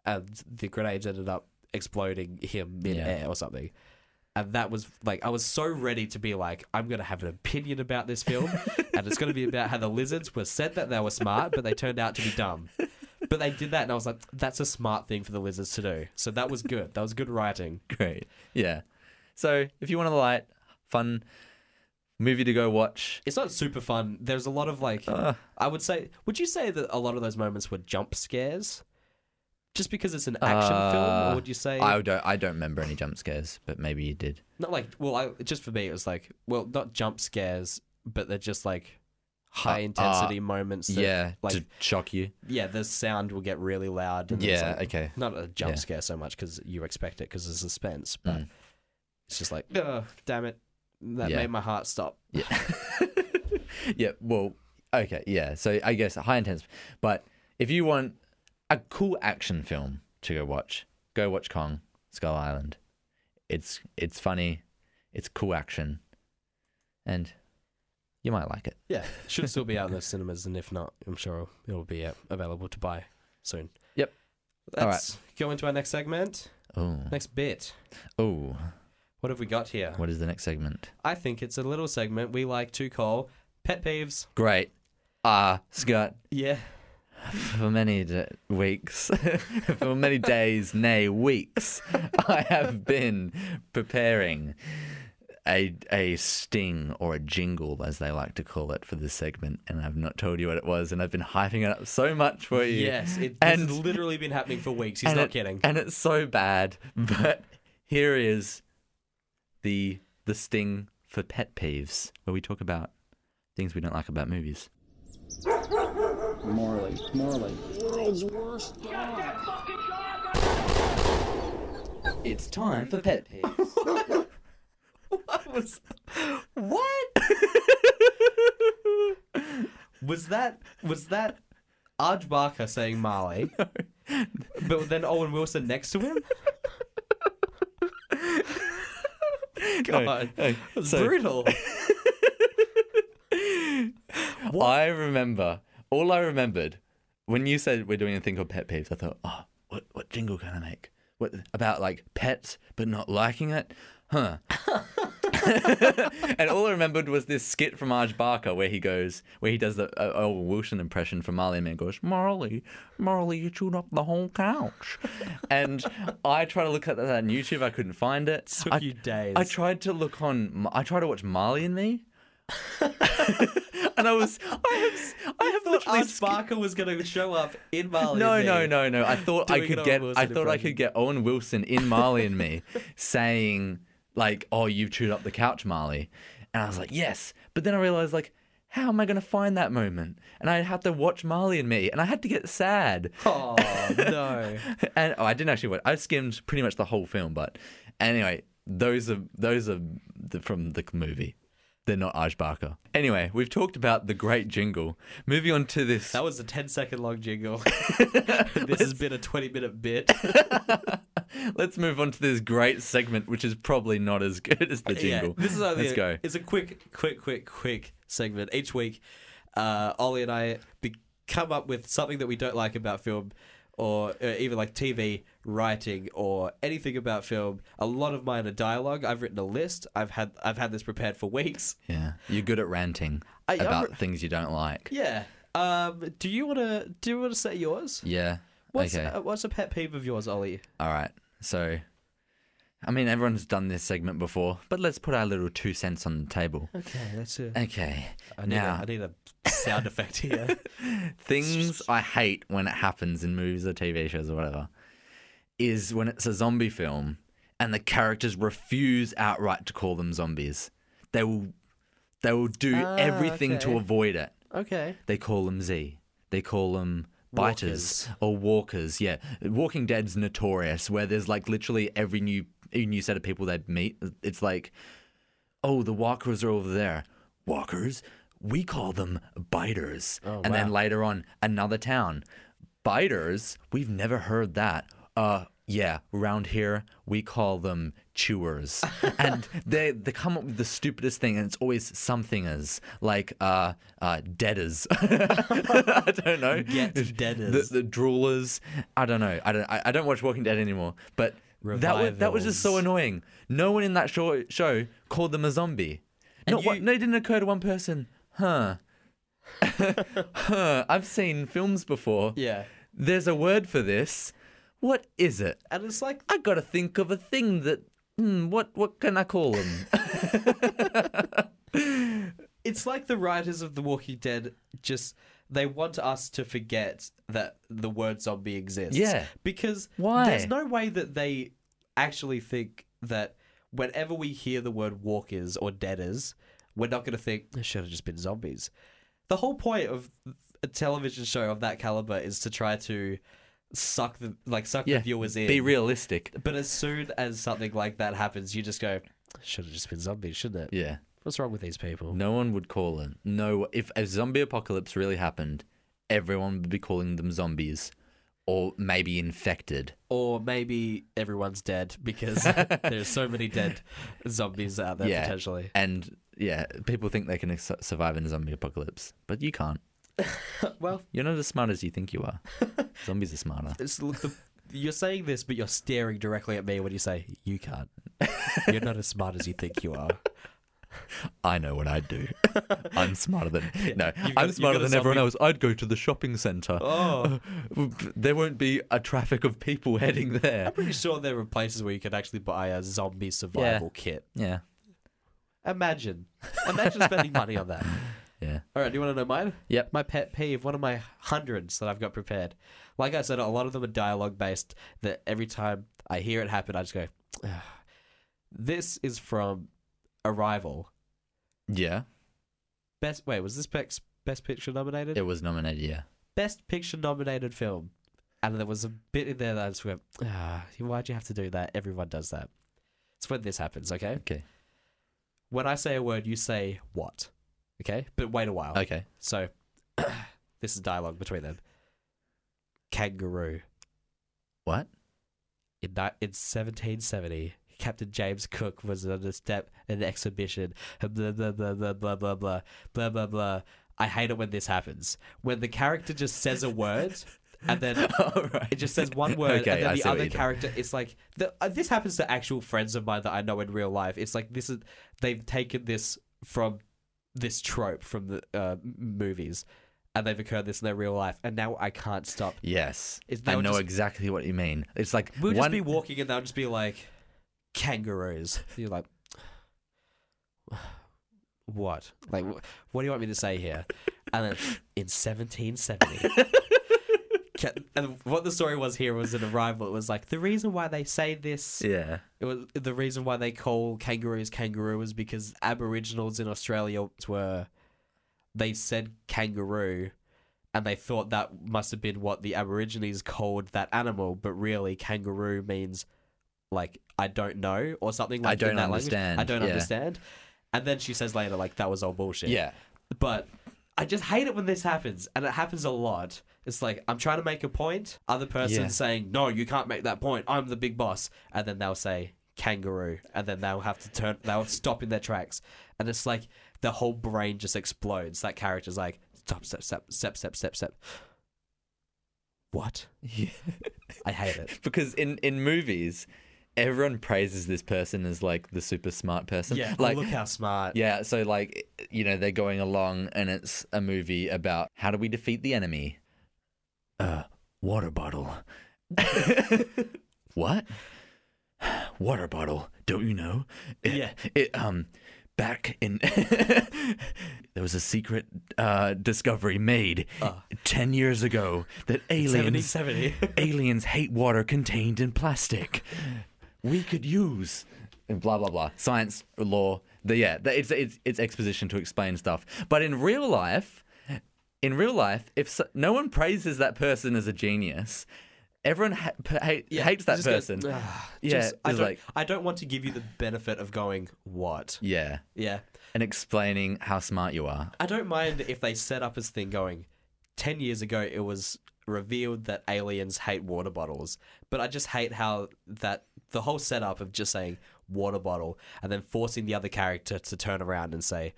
S2: and the grenades ended up exploding him mid air or something. And that was like I was so ready to be like I'm gonna have an opinion about this film, and it's gonna be about how the lizards were said that they were smart, but they turned out to be dumb. But they did that, and I was like, that's a smart thing for the lizards to do. So that was good. That was good writing.
S3: Great. Yeah. So if you want a light, fun movie to go watch, uh,
S2: It's not super fun. There's a lot of like,
S3: Ugh.
S2: I would say, would you say that a lot of those moments were jump scares? Just because it's an action film,
S3: Uh,
S2: or would you say
S3: I don't I don't remember any jump scares, but maybe you did.
S2: not like? Well, I, just for me, it was like, well, not jump scares, but they're just like high
S3: Uh,
S2: intensity moments. That,
S3: yeah,
S2: like
S3: to shock you.
S2: yeah, the sound will get really loud. And it's
S3: Yeah,
S2: like-
S3: okay.
S2: not a jump
S3: Yeah.
S2: scare so much because you expect it because of suspense, but
S3: Mm.
S2: it's just like, oh, damn it, that
S3: Yeah.
S2: made my heart stop.
S3: Yeah, well, okay, yeah. So I guess high intense, but if you want a cool action film to go watch, go watch Kong Skull Island. It's it's funny, it's cool action, and you might like it.
S2: Yeah, should still be out in the cinemas, and if not, I'm sure it'll be uh, available to buy soon.
S3: Yep. All right.
S2: Let's go into our next segment,
S3: Oh,
S2: next bit.
S3: oh,
S2: What have we got here?
S3: what is the next segment?
S2: I think it's a little segment we like to call pet peeves.
S3: Great. Ah, Scott,
S2: Yeah.
S3: for many d- weeks, for many days, nay, weeks, I have been preparing a, a sting or a jingle, as they like to call it, for this segment, and I've not told you what it was, and I've been hyping it up so much for you.
S2: Yes, it,
S3: And-
S2: it's literally been happening for weeks. He's
S3: and
S2: not
S3: it-
S2: kidding.
S3: And it's so bad, but here is the the sting for pet peeves, where we talk about things we don't like about movies.
S4: Morley, Morley.
S3: It's time for pet peeves.
S2: what? was that was that Arj Barker saying Marley? But then Owen Wilson next to him? God.
S3: No, no.
S2: It's
S3: So-
S2: brutal.
S3: I remember all I remembered when you said we're doing a thing called pet peeves. I thought, oh, what what jingle can I make? What about like pets but not liking it? Huh. and all I remembered was this skit from Arj Barker where he goes, where he does the uh, Owen Wilson impression from Marley and Man goes, Marley,
S1: Marley, you chewed up the whole couch.
S3: and I tried to look at that on YouTube. I couldn't find it.
S2: Took
S3: I,
S2: you days.
S3: I tried to look on. I tried to watch Marley and Me. and I was, I have, s- I have literally.
S2: Arj Barker was going to show up in Marley.
S3: no,
S2: and
S3: no,
S2: Me.
S3: no, no. I thought I
S2: Doing an
S3: could
S2: Owen
S3: get. I
S2: Wilson
S3: thought I could get Owen Wilson in Marley and Me, saying like, "Oh, you've chewed up the couch, Marley," and I was like, "Yes," but then I realized like. How am I going to find that moment? And I had to watch Marley and Me, and I had to get sad.
S2: Oh, no.
S3: and oh, I didn't actually watch. I skimmed pretty much the whole film, but anyway, those are those are the, from the movie. They're not Aj Barker. Anyway, we've talked about the great jingle. Moving on to this.
S2: That was a 10 second long jingle. this has been a 20 minute bit.
S3: Let's move on to this great segment, which is probably not as good as the jingle.
S2: this is only
S3: Let's
S2: a,
S3: go.
S2: It's a quick, quick, quick, quick segment each week. Uh, Ollie and I be- come up with something that we don't like about film, or uh, even like TV writing or anything about film. A lot of mine are dialogue. I've written a list. I've had I've had this prepared for weeks.
S3: Yeah, you're good at ranting
S2: I- I'm
S3: about
S2: re-
S3: things you don't like.
S2: Yeah. Um, do you wanna do you wanna say yours?
S3: Yeah.
S2: What's
S3: okay.
S2: uh, what's a pet peeve of yours, Ollie?
S3: All right. So, I mean, everyone's done this segment before, but let's put our little two cents on the table.
S2: Okay, that's a.
S3: Okay.
S2: I need,
S3: uh, now-
S2: a, I need a sound effect here.
S3: things I hate when it happens in movies or TV shows or whatever is when it's a zombie film and the characters refuse outright to call them zombies. They will they will do
S2: Ah,
S3: everything to
S2: okay.
S3: avoid it.
S2: okay.
S3: They call them Z. They call them biters or walkers. Yeah, Walking Dead's notorious where there's like literally every new every new set of people they meet. It's like, oh, the walkers are over there. Walkers, we call them biters.
S2: Oh,
S3: and then later on, another town, biters. We've never heard that. Uh. Yeah, round here we call them chewers, and they they come up with the stupidest thing, and it's always somethingers like uh, uh, deaders. I don't know.
S2: Get
S3: The-
S2: deaders.
S3: The, droolers. I don't know. I don't. I, I don't watch Walking Dead anymore. But that was, that was just so
S2: Revivals.
S3: annoying. No one in that show, show called them a zombie. Not one,
S2: you-
S3: no, it didn't occur to one person. Huh. huh. I've seen films before.
S2: Yeah.
S3: There's a word for this. What is it?
S2: And it's like
S3: I gotta think of a thing that. Hmm, what what can I call them?
S2: it's like the writers of The Walking Dead just they want us to forget that the word zombie exists.
S3: Yeah.
S2: Because
S3: Why?
S2: there's no way that they actually think that whenever we hear the word walkers or deaders, we're not going to think it should have just been zombies. The whole point of a television show of that caliber is to try to suck the like suck
S3: Yeah,
S2: the viewers in.
S3: Be realistic.
S2: But as soon as something like that happens, you just go, should have just been zombies, shouldn't it?
S3: Yeah.
S2: What's wrong with these people?
S3: No one would call them. No, if a zombie apocalypse really happened, everyone would be calling them zombies, or maybe infected.
S2: Or maybe everyone's dead because there's so many dead zombies out there
S3: Yeah.
S2: potentially.
S3: And yeah, people think they can su- survive in a zombie apocalypse, but you can't.
S2: Well,
S3: You're not as smart as you think you are. Zombies are smarter.
S2: it's, look, the, you're saying this, but you're staring directly at me when you say, you can't. You're not as smart as you think you are.
S3: I know what I'd do. I'm smarter than no.
S2: you've got-
S3: I'm
S2: you've
S3: smarter
S2: got a
S3: than everyone
S2: zombie-
S3: else. I'd go to the shopping center.
S2: Oh.
S3: There won't be a traffic of people heading there.
S2: I'm pretty sure there are places where you could actually buy a zombie survival kit.
S3: Yeah,
S2: Imagine. Imagine spending money on that.
S3: yeah.
S2: All right, do you want to know mine?
S3: Yep.
S2: My pet peeve, one of my hundreds that I've got prepared. Like I said, a lot of them are dialogue based. That every time I hear it happen, I just go, "Ugh." "This is from Arrival."
S3: Yeah,
S2: Best wait, was this best best picture nominated?
S3: it was nominated. Yeah.
S2: Best picture nominated film. And there was a bit in there that I just went, "Ah, why'd you have to do that? Everyone does that." It's when this happens, okay?
S3: Okay.
S2: Oh. When I say a word, you say what? Okay, but wait a while.
S3: Okay.
S2: So This is dialogue between them. Kangaroo.
S3: What?
S2: In, ni- in 1770, Captain James Cook was on a step in an exhibition. and Blah, blah, blah, blah, blah, blah, blah, blah, blah, blah. I hate it when this happens. When the character just says a word and then
S3: All right.
S2: it just says one word,
S3: Okay,
S2: and then
S3: I see
S2: the
S3: what
S2: other
S3: you did.
S2: character. It's like the, uh, this happens to actual friends of mine that I know in real life. It's like this is they've taken this from this trope from the uh, m- movies, and they've occurred this in their real life, and now I can't stop.
S3: Yes.
S2: It's
S3: I
S2: now
S3: know
S2: just-
S3: exactly what you mean. It's like
S2: We'll just
S3: one.
S2: be walking, and they'll just be like kangaroos. You're like. What? Like, wh- what do you want me to say here? And then in 1770, Ca- and what the story was here was an arrival. It was like the reason why they say this.
S3: yeah.
S2: It was the reason why they call kangaroos kangaroo is because Aboriginals in Australia were they said kangaroo, and they thought that must have been what the Aborigines called that animal, but really kangaroo means like I don't know or something like
S3: I
S2: in
S3: don't
S2: that language.
S3: understand,
S2: I don't
S3: yeah.
S2: understand. And then she says later like that was all bullshit
S3: Yeah.
S2: but I just hate it when this happens, and it happens a lot. It's like I'm trying to make a point, other person
S3: Yeah.
S2: saying, "No, you can't make that point. I'm the big boss," and then they'll say kangaroo, and then they'll have to turn, they'll stop in their tracks, and it's like the whole brain just explodes. That character's like, "Stop, step, step, step, step, step, step." What?
S3: Yeah.
S2: I hate it.
S3: because in in movies, everyone praises this person as like the super smart person.
S2: like
S3: Like
S2: Oh, look how smart.
S3: yeah. So like you know they're going along and it's a movie about how do we defeat the enemy? Uh, water bottle. what? Water bottle. Don't you know? It-
S2: Yeah.
S3: It um. Back in, there was a secret uh, discovery made
S2: Uh.
S3: ten years ago that
S2: Seventy,
S3: aliens
S2: seventy.
S3: aliens hate water contained in plastic. We could use and blah blah blah science law. The, yeah, the, it's, it's it's exposition to explain stuff. But in real life, in real life, if so, no one praises that person as a genius, everyone ha- p- ha- hates that
S2: Just goes,
S3: person.
S2: "Ah,
S3: Yeah,
S2: just- I
S3: it's
S2: don't,
S3: like-
S2: I don't want to give you the benefit of going what.
S3: yeah,
S2: Yeah.
S3: and explaining how smart you are.
S2: I don't mind if they set up this thing going. Ten years ago, it was revealed that aliens hate water bottles, but I just hate how that the whole setup of just saying water bottle and then forcing the other character to turn around and say,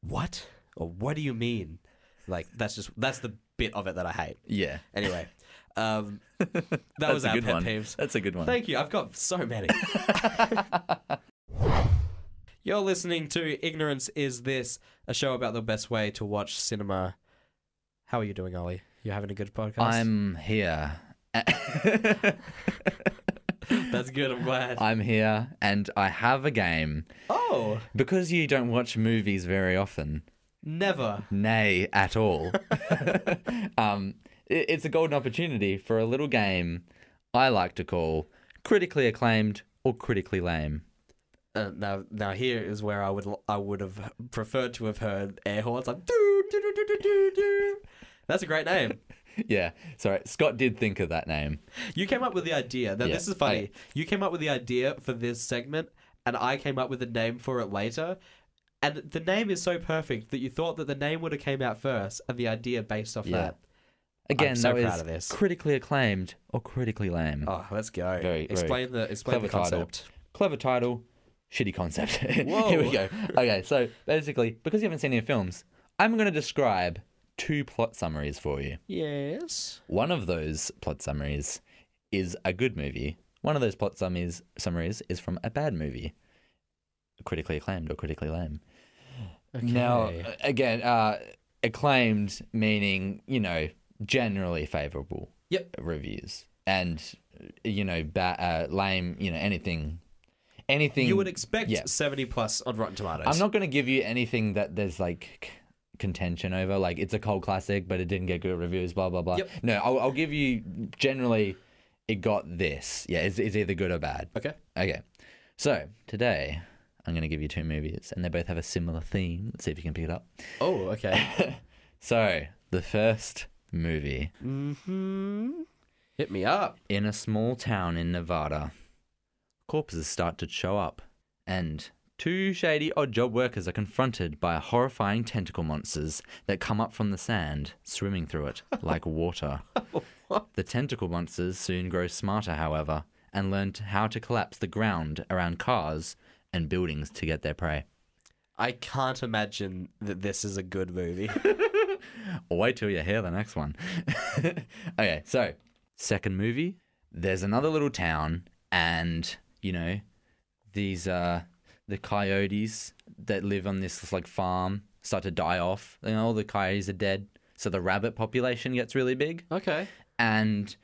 S2: "What?" or "What do you mean?" Like that's just that's the bit of it that I hate.
S3: Yeah,
S2: Anyway, um,
S3: that
S2: was
S3: a
S2: our
S3: good
S2: pet
S3: one.
S2: peeves.
S3: That's a good one.
S2: Thank you. I've got so many. You're listening to Ignorance Is This, a show about the best way to watch cinema. How are you doing, Ollie? You having a good podcast?
S3: I'm here.
S2: That's good. I'm glad.
S3: I'm here, and I have a game.
S2: oh,
S3: Because you don't watch movies very often,
S2: never.
S3: nay, at all, um, i- it's a golden opportunity for a little game I like to call critically acclaimed or critically lame.
S2: Uh, now, now here is where I would I would have preferred to have heard air horns. Like, doo, doo, doo, doo, doo, doo, doo. That's a great name.
S3: Yeah, sorry, Scott did think of that name.
S2: You came up with the idea. Now
S3: Yeah,
S2: this is funny.
S3: okay.
S2: You came up with the idea for this segment, and I came up with a name for it later. And the name is so perfect that you thought that the name would have came out first, and the idea based off
S3: Yeah.
S2: that.
S3: Again,
S2: so
S3: that
S2: proud
S3: is
S2: of this.
S3: critically acclaimed or critically lame.
S2: Oh, let's go.
S3: Very, very
S2: explain the explain the
S3: clever title.
S2: concept.
S3: Clever title, shitty concept. Here
S2: Whoa.
S3: we go. Okay, so basically, because you haven't seen any films, I'm going to describe two plot summaries for you.
S2: Yes.
S3: One of those plot summaries is a good movie. One of those plot summaries summaries is from a bad movie, critically acclaimed or critically lame. Now,
S2: Okay.
S3: again, uh, acclaimed meaning you know generally favorable
S2: Yep.
S3: reviews, and you know ba- uh, lame you know anything, anything
S2: You would expect
S3: yeah.
S2: seventy plus on Rotten Tomatoes.
S3: I'm not going to give you anything that there's like c- contention over. Like it's a cold classic, but it didn't get good reviews. Blah blah blah.
S2: Yep.
S3: No, I'll, I'll give you generally. It got this. Yeah, it's, it's either good or bad.
S2: Okay.
S3: Okay. So today I'm going to give you two movies, and they both have a similar theme. Let's see if you can pick it up.
S2: Oh, okay.
S3: So the first movie
S2: mm-hmm. Hit me up.
S3: in a small town in Nevada, corpses start to show up, and Two shady odd job workers are confronted by horrifying tentacle monsters that come up from the sand, swimming through it like water. The tentacle monsters soon grow smarter, however, and learn t- how to collapse the ground around cars and buildings to get their prey.
S2: I can't imagine that this is a good movie.
S3: Or wait till you hear the next one. okay, so second movie, there's another little town, and you know, these uh the coyotes that live on this like farm start to die off, and all the coyotes are dead. So the rabbit population gets really big,
S2: okay.
S3: and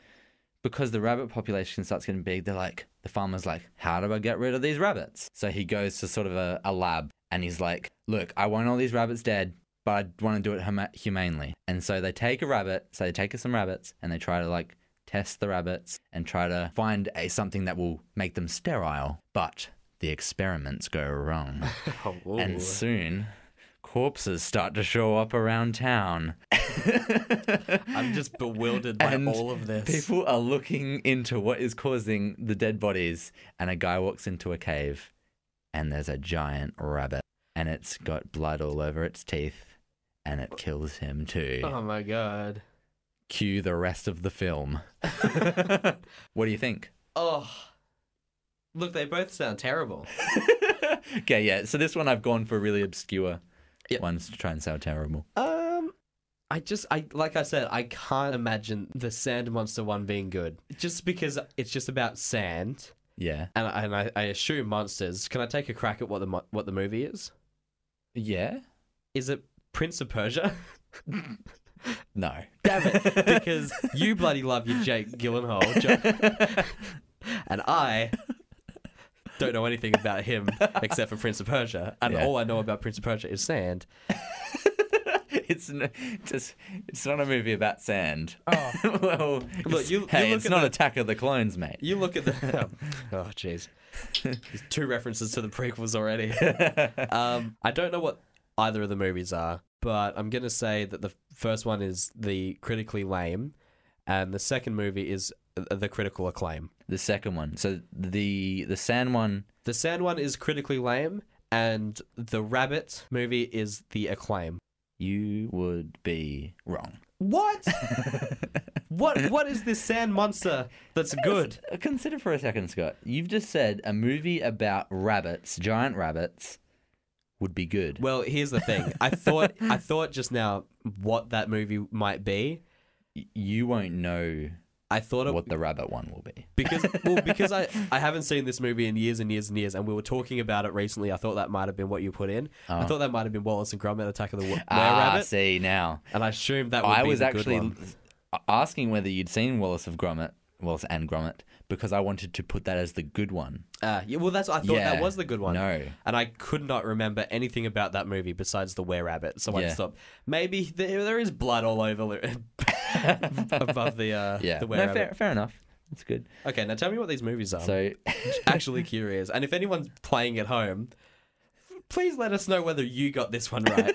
S3: because the rabbit population starts getting big, they're like the farmer's like, how do I get rid of these rabbits? So he goes to sort of a, a lab and he's like, look, I want all these rabbits dead, but I want to do it huma- humanely. And so they take a rabbit, so they take some rabbits and they try to like test the rabbits and try to find a something that will make them sterile, but the experiments go wrong.
S2: Oh,
S3: And soon corpses start to show up around town.
S2: I'm just bewildered by
S3: And
S2: all of this.
S3: People are looking into what is causing the dead bodies, and a guy walks into a cave, and there's a giant rabbit, and it's got blood all over its teeth, and it kills him too.
S2: Oh my god.
S3: Cue the rest of the film. what do you think?
S2: Oh. Look, they both sound terrible.
S3: okay, yeah. So this one I've gone for really obscure
S2: Yeah.
S3: ones to try and sound terrible.
S2: Um I just I like I said, I can't imagine the sand monster one being good. Just because it's just about sand
S3: Yeah,
S2: and I, and I, I assume monsters. Can I take a crack at what the mo- what the movie is?
S3: yeah.
S2: Is it Prince of Persia?
S3: No,
S2: Damn it. Because you bloody love your Jake Gyllenhaal. Jo- and I don't know anything about him except for Prince of Persia. And
S3: Yeah.
S2: all I know about Prince of Persia is sand.
S3: it's n- just it's not a movie about sand. Oh. well, it's-
S2: you- you
S3: hey,
S2: look
S3: it's
S2: at
S3: not Attack of the Clones, mate.
S2: You look at the. oh, jeez. There's two references to the prequels already. Um, I don't know what either of the movies are, but I'm going to say that the first one is the critically lame, and the second movie is uh, the critical acclaim.
S3: the second one. So the the sand one.
S2: The sand one is critically lame, and the rabbit movie is the acclaim.
S3: You would be wrong.
S2: What? what? What is this sand monster that's good?
S3: uh, Consider for a second, Scott. You've just said a movie about rabbits, giant rabbits, would be good.
S2: Well, here's the thing. I thought I thought just now what that movie might be.
S3: Y- you won't know
S2: I thought it
S3: what the rabbit one will be.
S2: because well because I, I haven't seen this movie in years and years and years and we were talking about it recently. I thought that might have been what you put in. I
S3: Oh.
S2: thought that might have been Wallace and Gromit Attack of the Wa-
S3: Ah,
S2: Were-Rabbit,
S3: see now.
S2: and I assumed that would
S3: I
S2: be
S3: was
S2: the good
S3: actually
S2: one.
S3: l- asking whether you'd seen Wallace of Gromit, Wallace and Gromit, because I wanted to put that as the good one.
S2: Ah, yeah, well that's I thought that
S3: Yeah.
S2: was the good one.
S3: No.
S2: And I could not remember anything about that movie besides the Were Rabbit, so I
S3: Yeah.
S2: stopped. Maybe there, there is blood all over above the uh,
S3: Yeah.
S2: the Were
S3: no,
S2: Rabbit.
S3: fair, fair enough. That's good.
S2: Okay, now tell me what these movies are.
S3: So,
S2: actually curious. And if anyone's playing at home, please let us know whether you got this one right.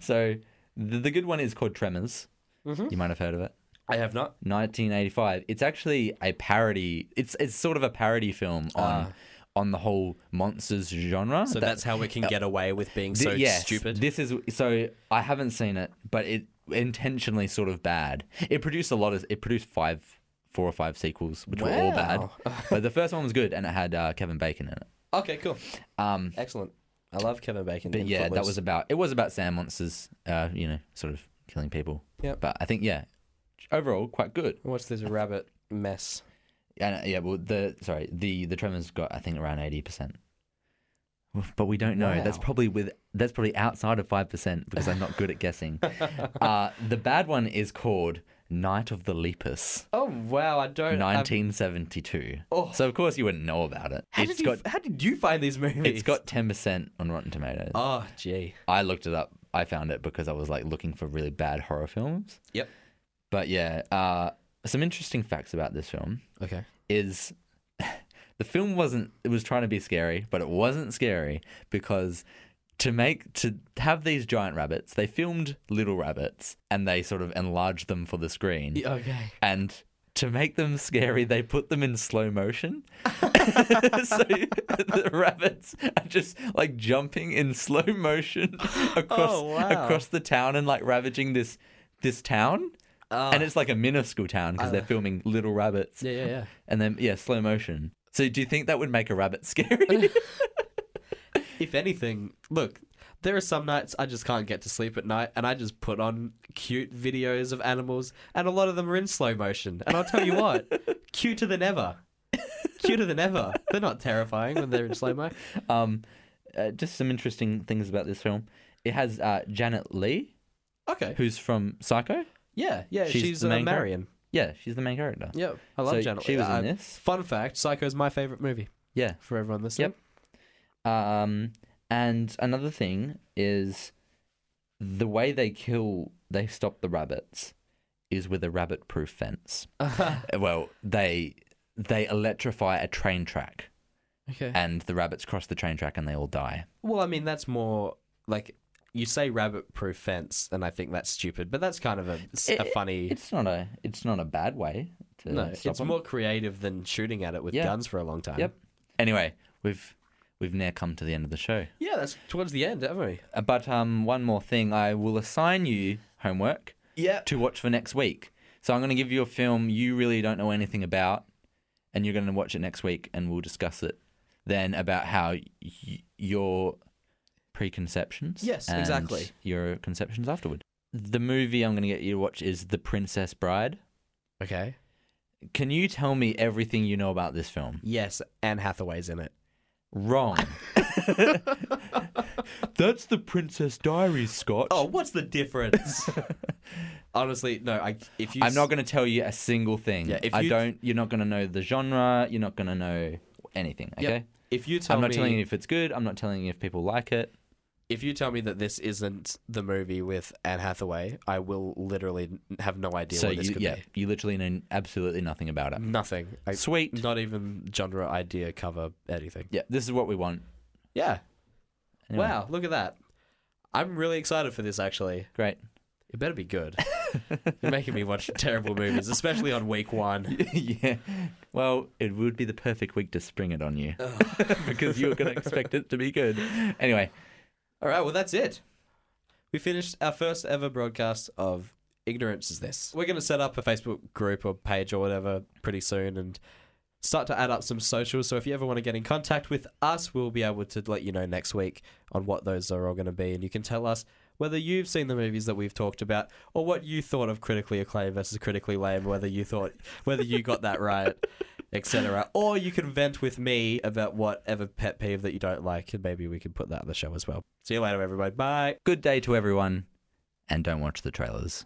S3: so the, the good one is called Tremors.
S2: Mm-hmm.
S3: You might have heard of it.
S2: I have not.
S3: 1985. It's actually a parody. It's it's sort of a parody film on on the whole monsters genre.
S2: Ah. So
S3: That-
S2: that's how we can get away with being
S3: thi-
S2: so
S3: yes,
S2: stupid.
S3: This is so I haven't seen it, but it intentionally sort of bad. It produced a lot of. It produced five, four or five sequels, which were all bad. but the first one was good, and it had uh, Kevin Bacon in it.
S2: okay, cool.
S3: Um,
S2: Excellent. I love Kevin Bacon.
S3: but
S2: in
S3: yeah, that
S2: Footloose.
S3: was about. It was about sand monsters. Uh, you know, sort of killing people.
S2: Yep.
S3: But I think yeah, overall quite good.
S2: What's this rabbit mess?
S3: And uh, yeah, well, the sorry, the the Tremors got I think around eighty percent. But we don't know. That's
S2: Wow.
S3: probably with that's probably outside of five percent because I'm not good at guessing. uh, the bad one is called Night of the Lepus,
S2: Oh wow, I don't. I've-
S3: 1972.
S2: Oh.
S3: So of course you wouldn't know about it.
S2: How
S3: It's
S2: did you?
S3: got
S2: how did you find these movies?
S3: it's got ten percent on Rotten Tomatoes.
S2: Oh gee.
S3: I looked it up. I found it because I was like looking for really bad horror films.
S2: Yep.
S3: But yeah, uh, some interesting facts about this film.
S2: Okay.
S3: is the film wasn't it was trying to be scary, but it wasn't scary because to make to have these giant rabbits, they filmed little rabbits and they sort of enlarged them for the screen.
S2: Okay.
S3: And to make them scary, they put them in slow motion. so the rabbits are just like jumping in slow motion across
S2: Oh, wow.
S3: across the town and like ravaging this this town. and it's like a minuscule town because they're filming little rabbits.
S2: yeah, yeah, yeah.
S3: And then yeah, slow motion. So do you think that would make a rabbit scary?
S2: If anything, look, there are some nights I just can't get to sleep at night, and I just put on cute videos of animals, and a lot of them are in slow motion. And I'll tell you what, cuter than ever. Cuter than ever. They're not terrifying when they're in slow mo.
S3: um, uh, just some interesting things about this film. It has uh, Janet Lee,
S2: Okay.
S3: who's from Psycho.
S2: Yeah, yeah. She's,
S3: She's the
S2: uh,
S3: main character?
S2: Marion.
S3: Yeah, she's the main character.
S2: Yeah, I love
S3: So
S2: Janet.
S3: she
S2: Leigh.
S3: was in
S2: Uh,
S3: this?
S2: Fun fact: Psycho is my favorite movie
S3: Yeah.
S2: for everyone listening.
S3: Yep. Um, and another thing is the way they kill, they stop the rabbits, is with a rabbit-proof fence. Uh, well, they they electrify a train track,
S2: Okay.
S3: and the rabbits cross the train track, and they all die.
S2: Well, I mean, that's more like you say rabbit-proof fence, and I think that's stupid, but that's kind of a, a
S3: It-
S2: funny.
S3: It's not a it's not a bad way to
S2: no,
S3: stop
S2: it's
S3: them.
S2: more creative than shooting at it with
S3: Yeah.
S2: guns for a long time.
S3: Yep. Anyway, we've we've now come to the end of the show.
S2: Yeah, that's towards the end, haven't we?
S3: Uh, But um, one more thing, I will assign you homework
S2: Yeah.
S3: to watch for next week. So I'm going to give you a film you really don't know anything about, and you're going to watch it next week, and we'll discuss it then about how y- your preconceptions,
S2: Yes,
S3: and
S2: exactly.
S3: your conceptions afterward. The movie I'm going to get you to watch is The Princess Bride.
S2: Okay.
S3: Can you tell me everything you know about this film?
S2: Yes, Anne Hathaway's in it.
S3: Wrong. That's The Princess Diaries, Scott.
S2: Oh, what's the difference? Honestly, no. I if you
S3: I'm not going to tell you a single thing.
S2: Yeah, if
S3: I
S2: you-
S3: don't. You're not going to know the genre. You're not going to know anything. Okay.
S2: Yep. if you tell
S3: I'm not
S2: me
S3: telling you if it's good. I'm not telling you if people like it.
S2: if you tell me that this isn't the movie with Anne Hathaway, I will literally n- have no idea
S3: so
S2: what this
S3: you,
S2: could
S3: yeah,
S2: be.
S3: you literally know absolutely nothing about it.
S2: Nothing. I,
S3: Sweet.
S2: Not even genre, idea, cover, anything.
S3: Yeah, this is what we want.
S2: Yeah.
S3: Anyway,
S2: Wow. Look at that. I'm really excited for this. Actually,
S3: Great.
S2: it better be good. You're making me watch terrible movies, especially on week one.
S3: yeah. Well, it would be the perfect week to spring it on you because you were going to expect it to be good. Anyway,
S2: All right. Well, that's it. We finished our first ever broadcast of Ignorance Is This. We're going to set up a Facebook group or page or whatever pretty soon and start to add up some socials. So if you ever want to get in contact with us, we'll be able to let you know next week on what those are all going to be. And you can tell us whether you've seen the movies that we've talked about or what you thought of critically acclaimed versus critically lame, whether you thought, whether you got that right. Etc. Or you can vent with me about whatever pet peeve that you don't like, and maybe we can put that on the show as well. See you later, everybody. Bye.
S3: good day to everyone, and don't watch the trailers.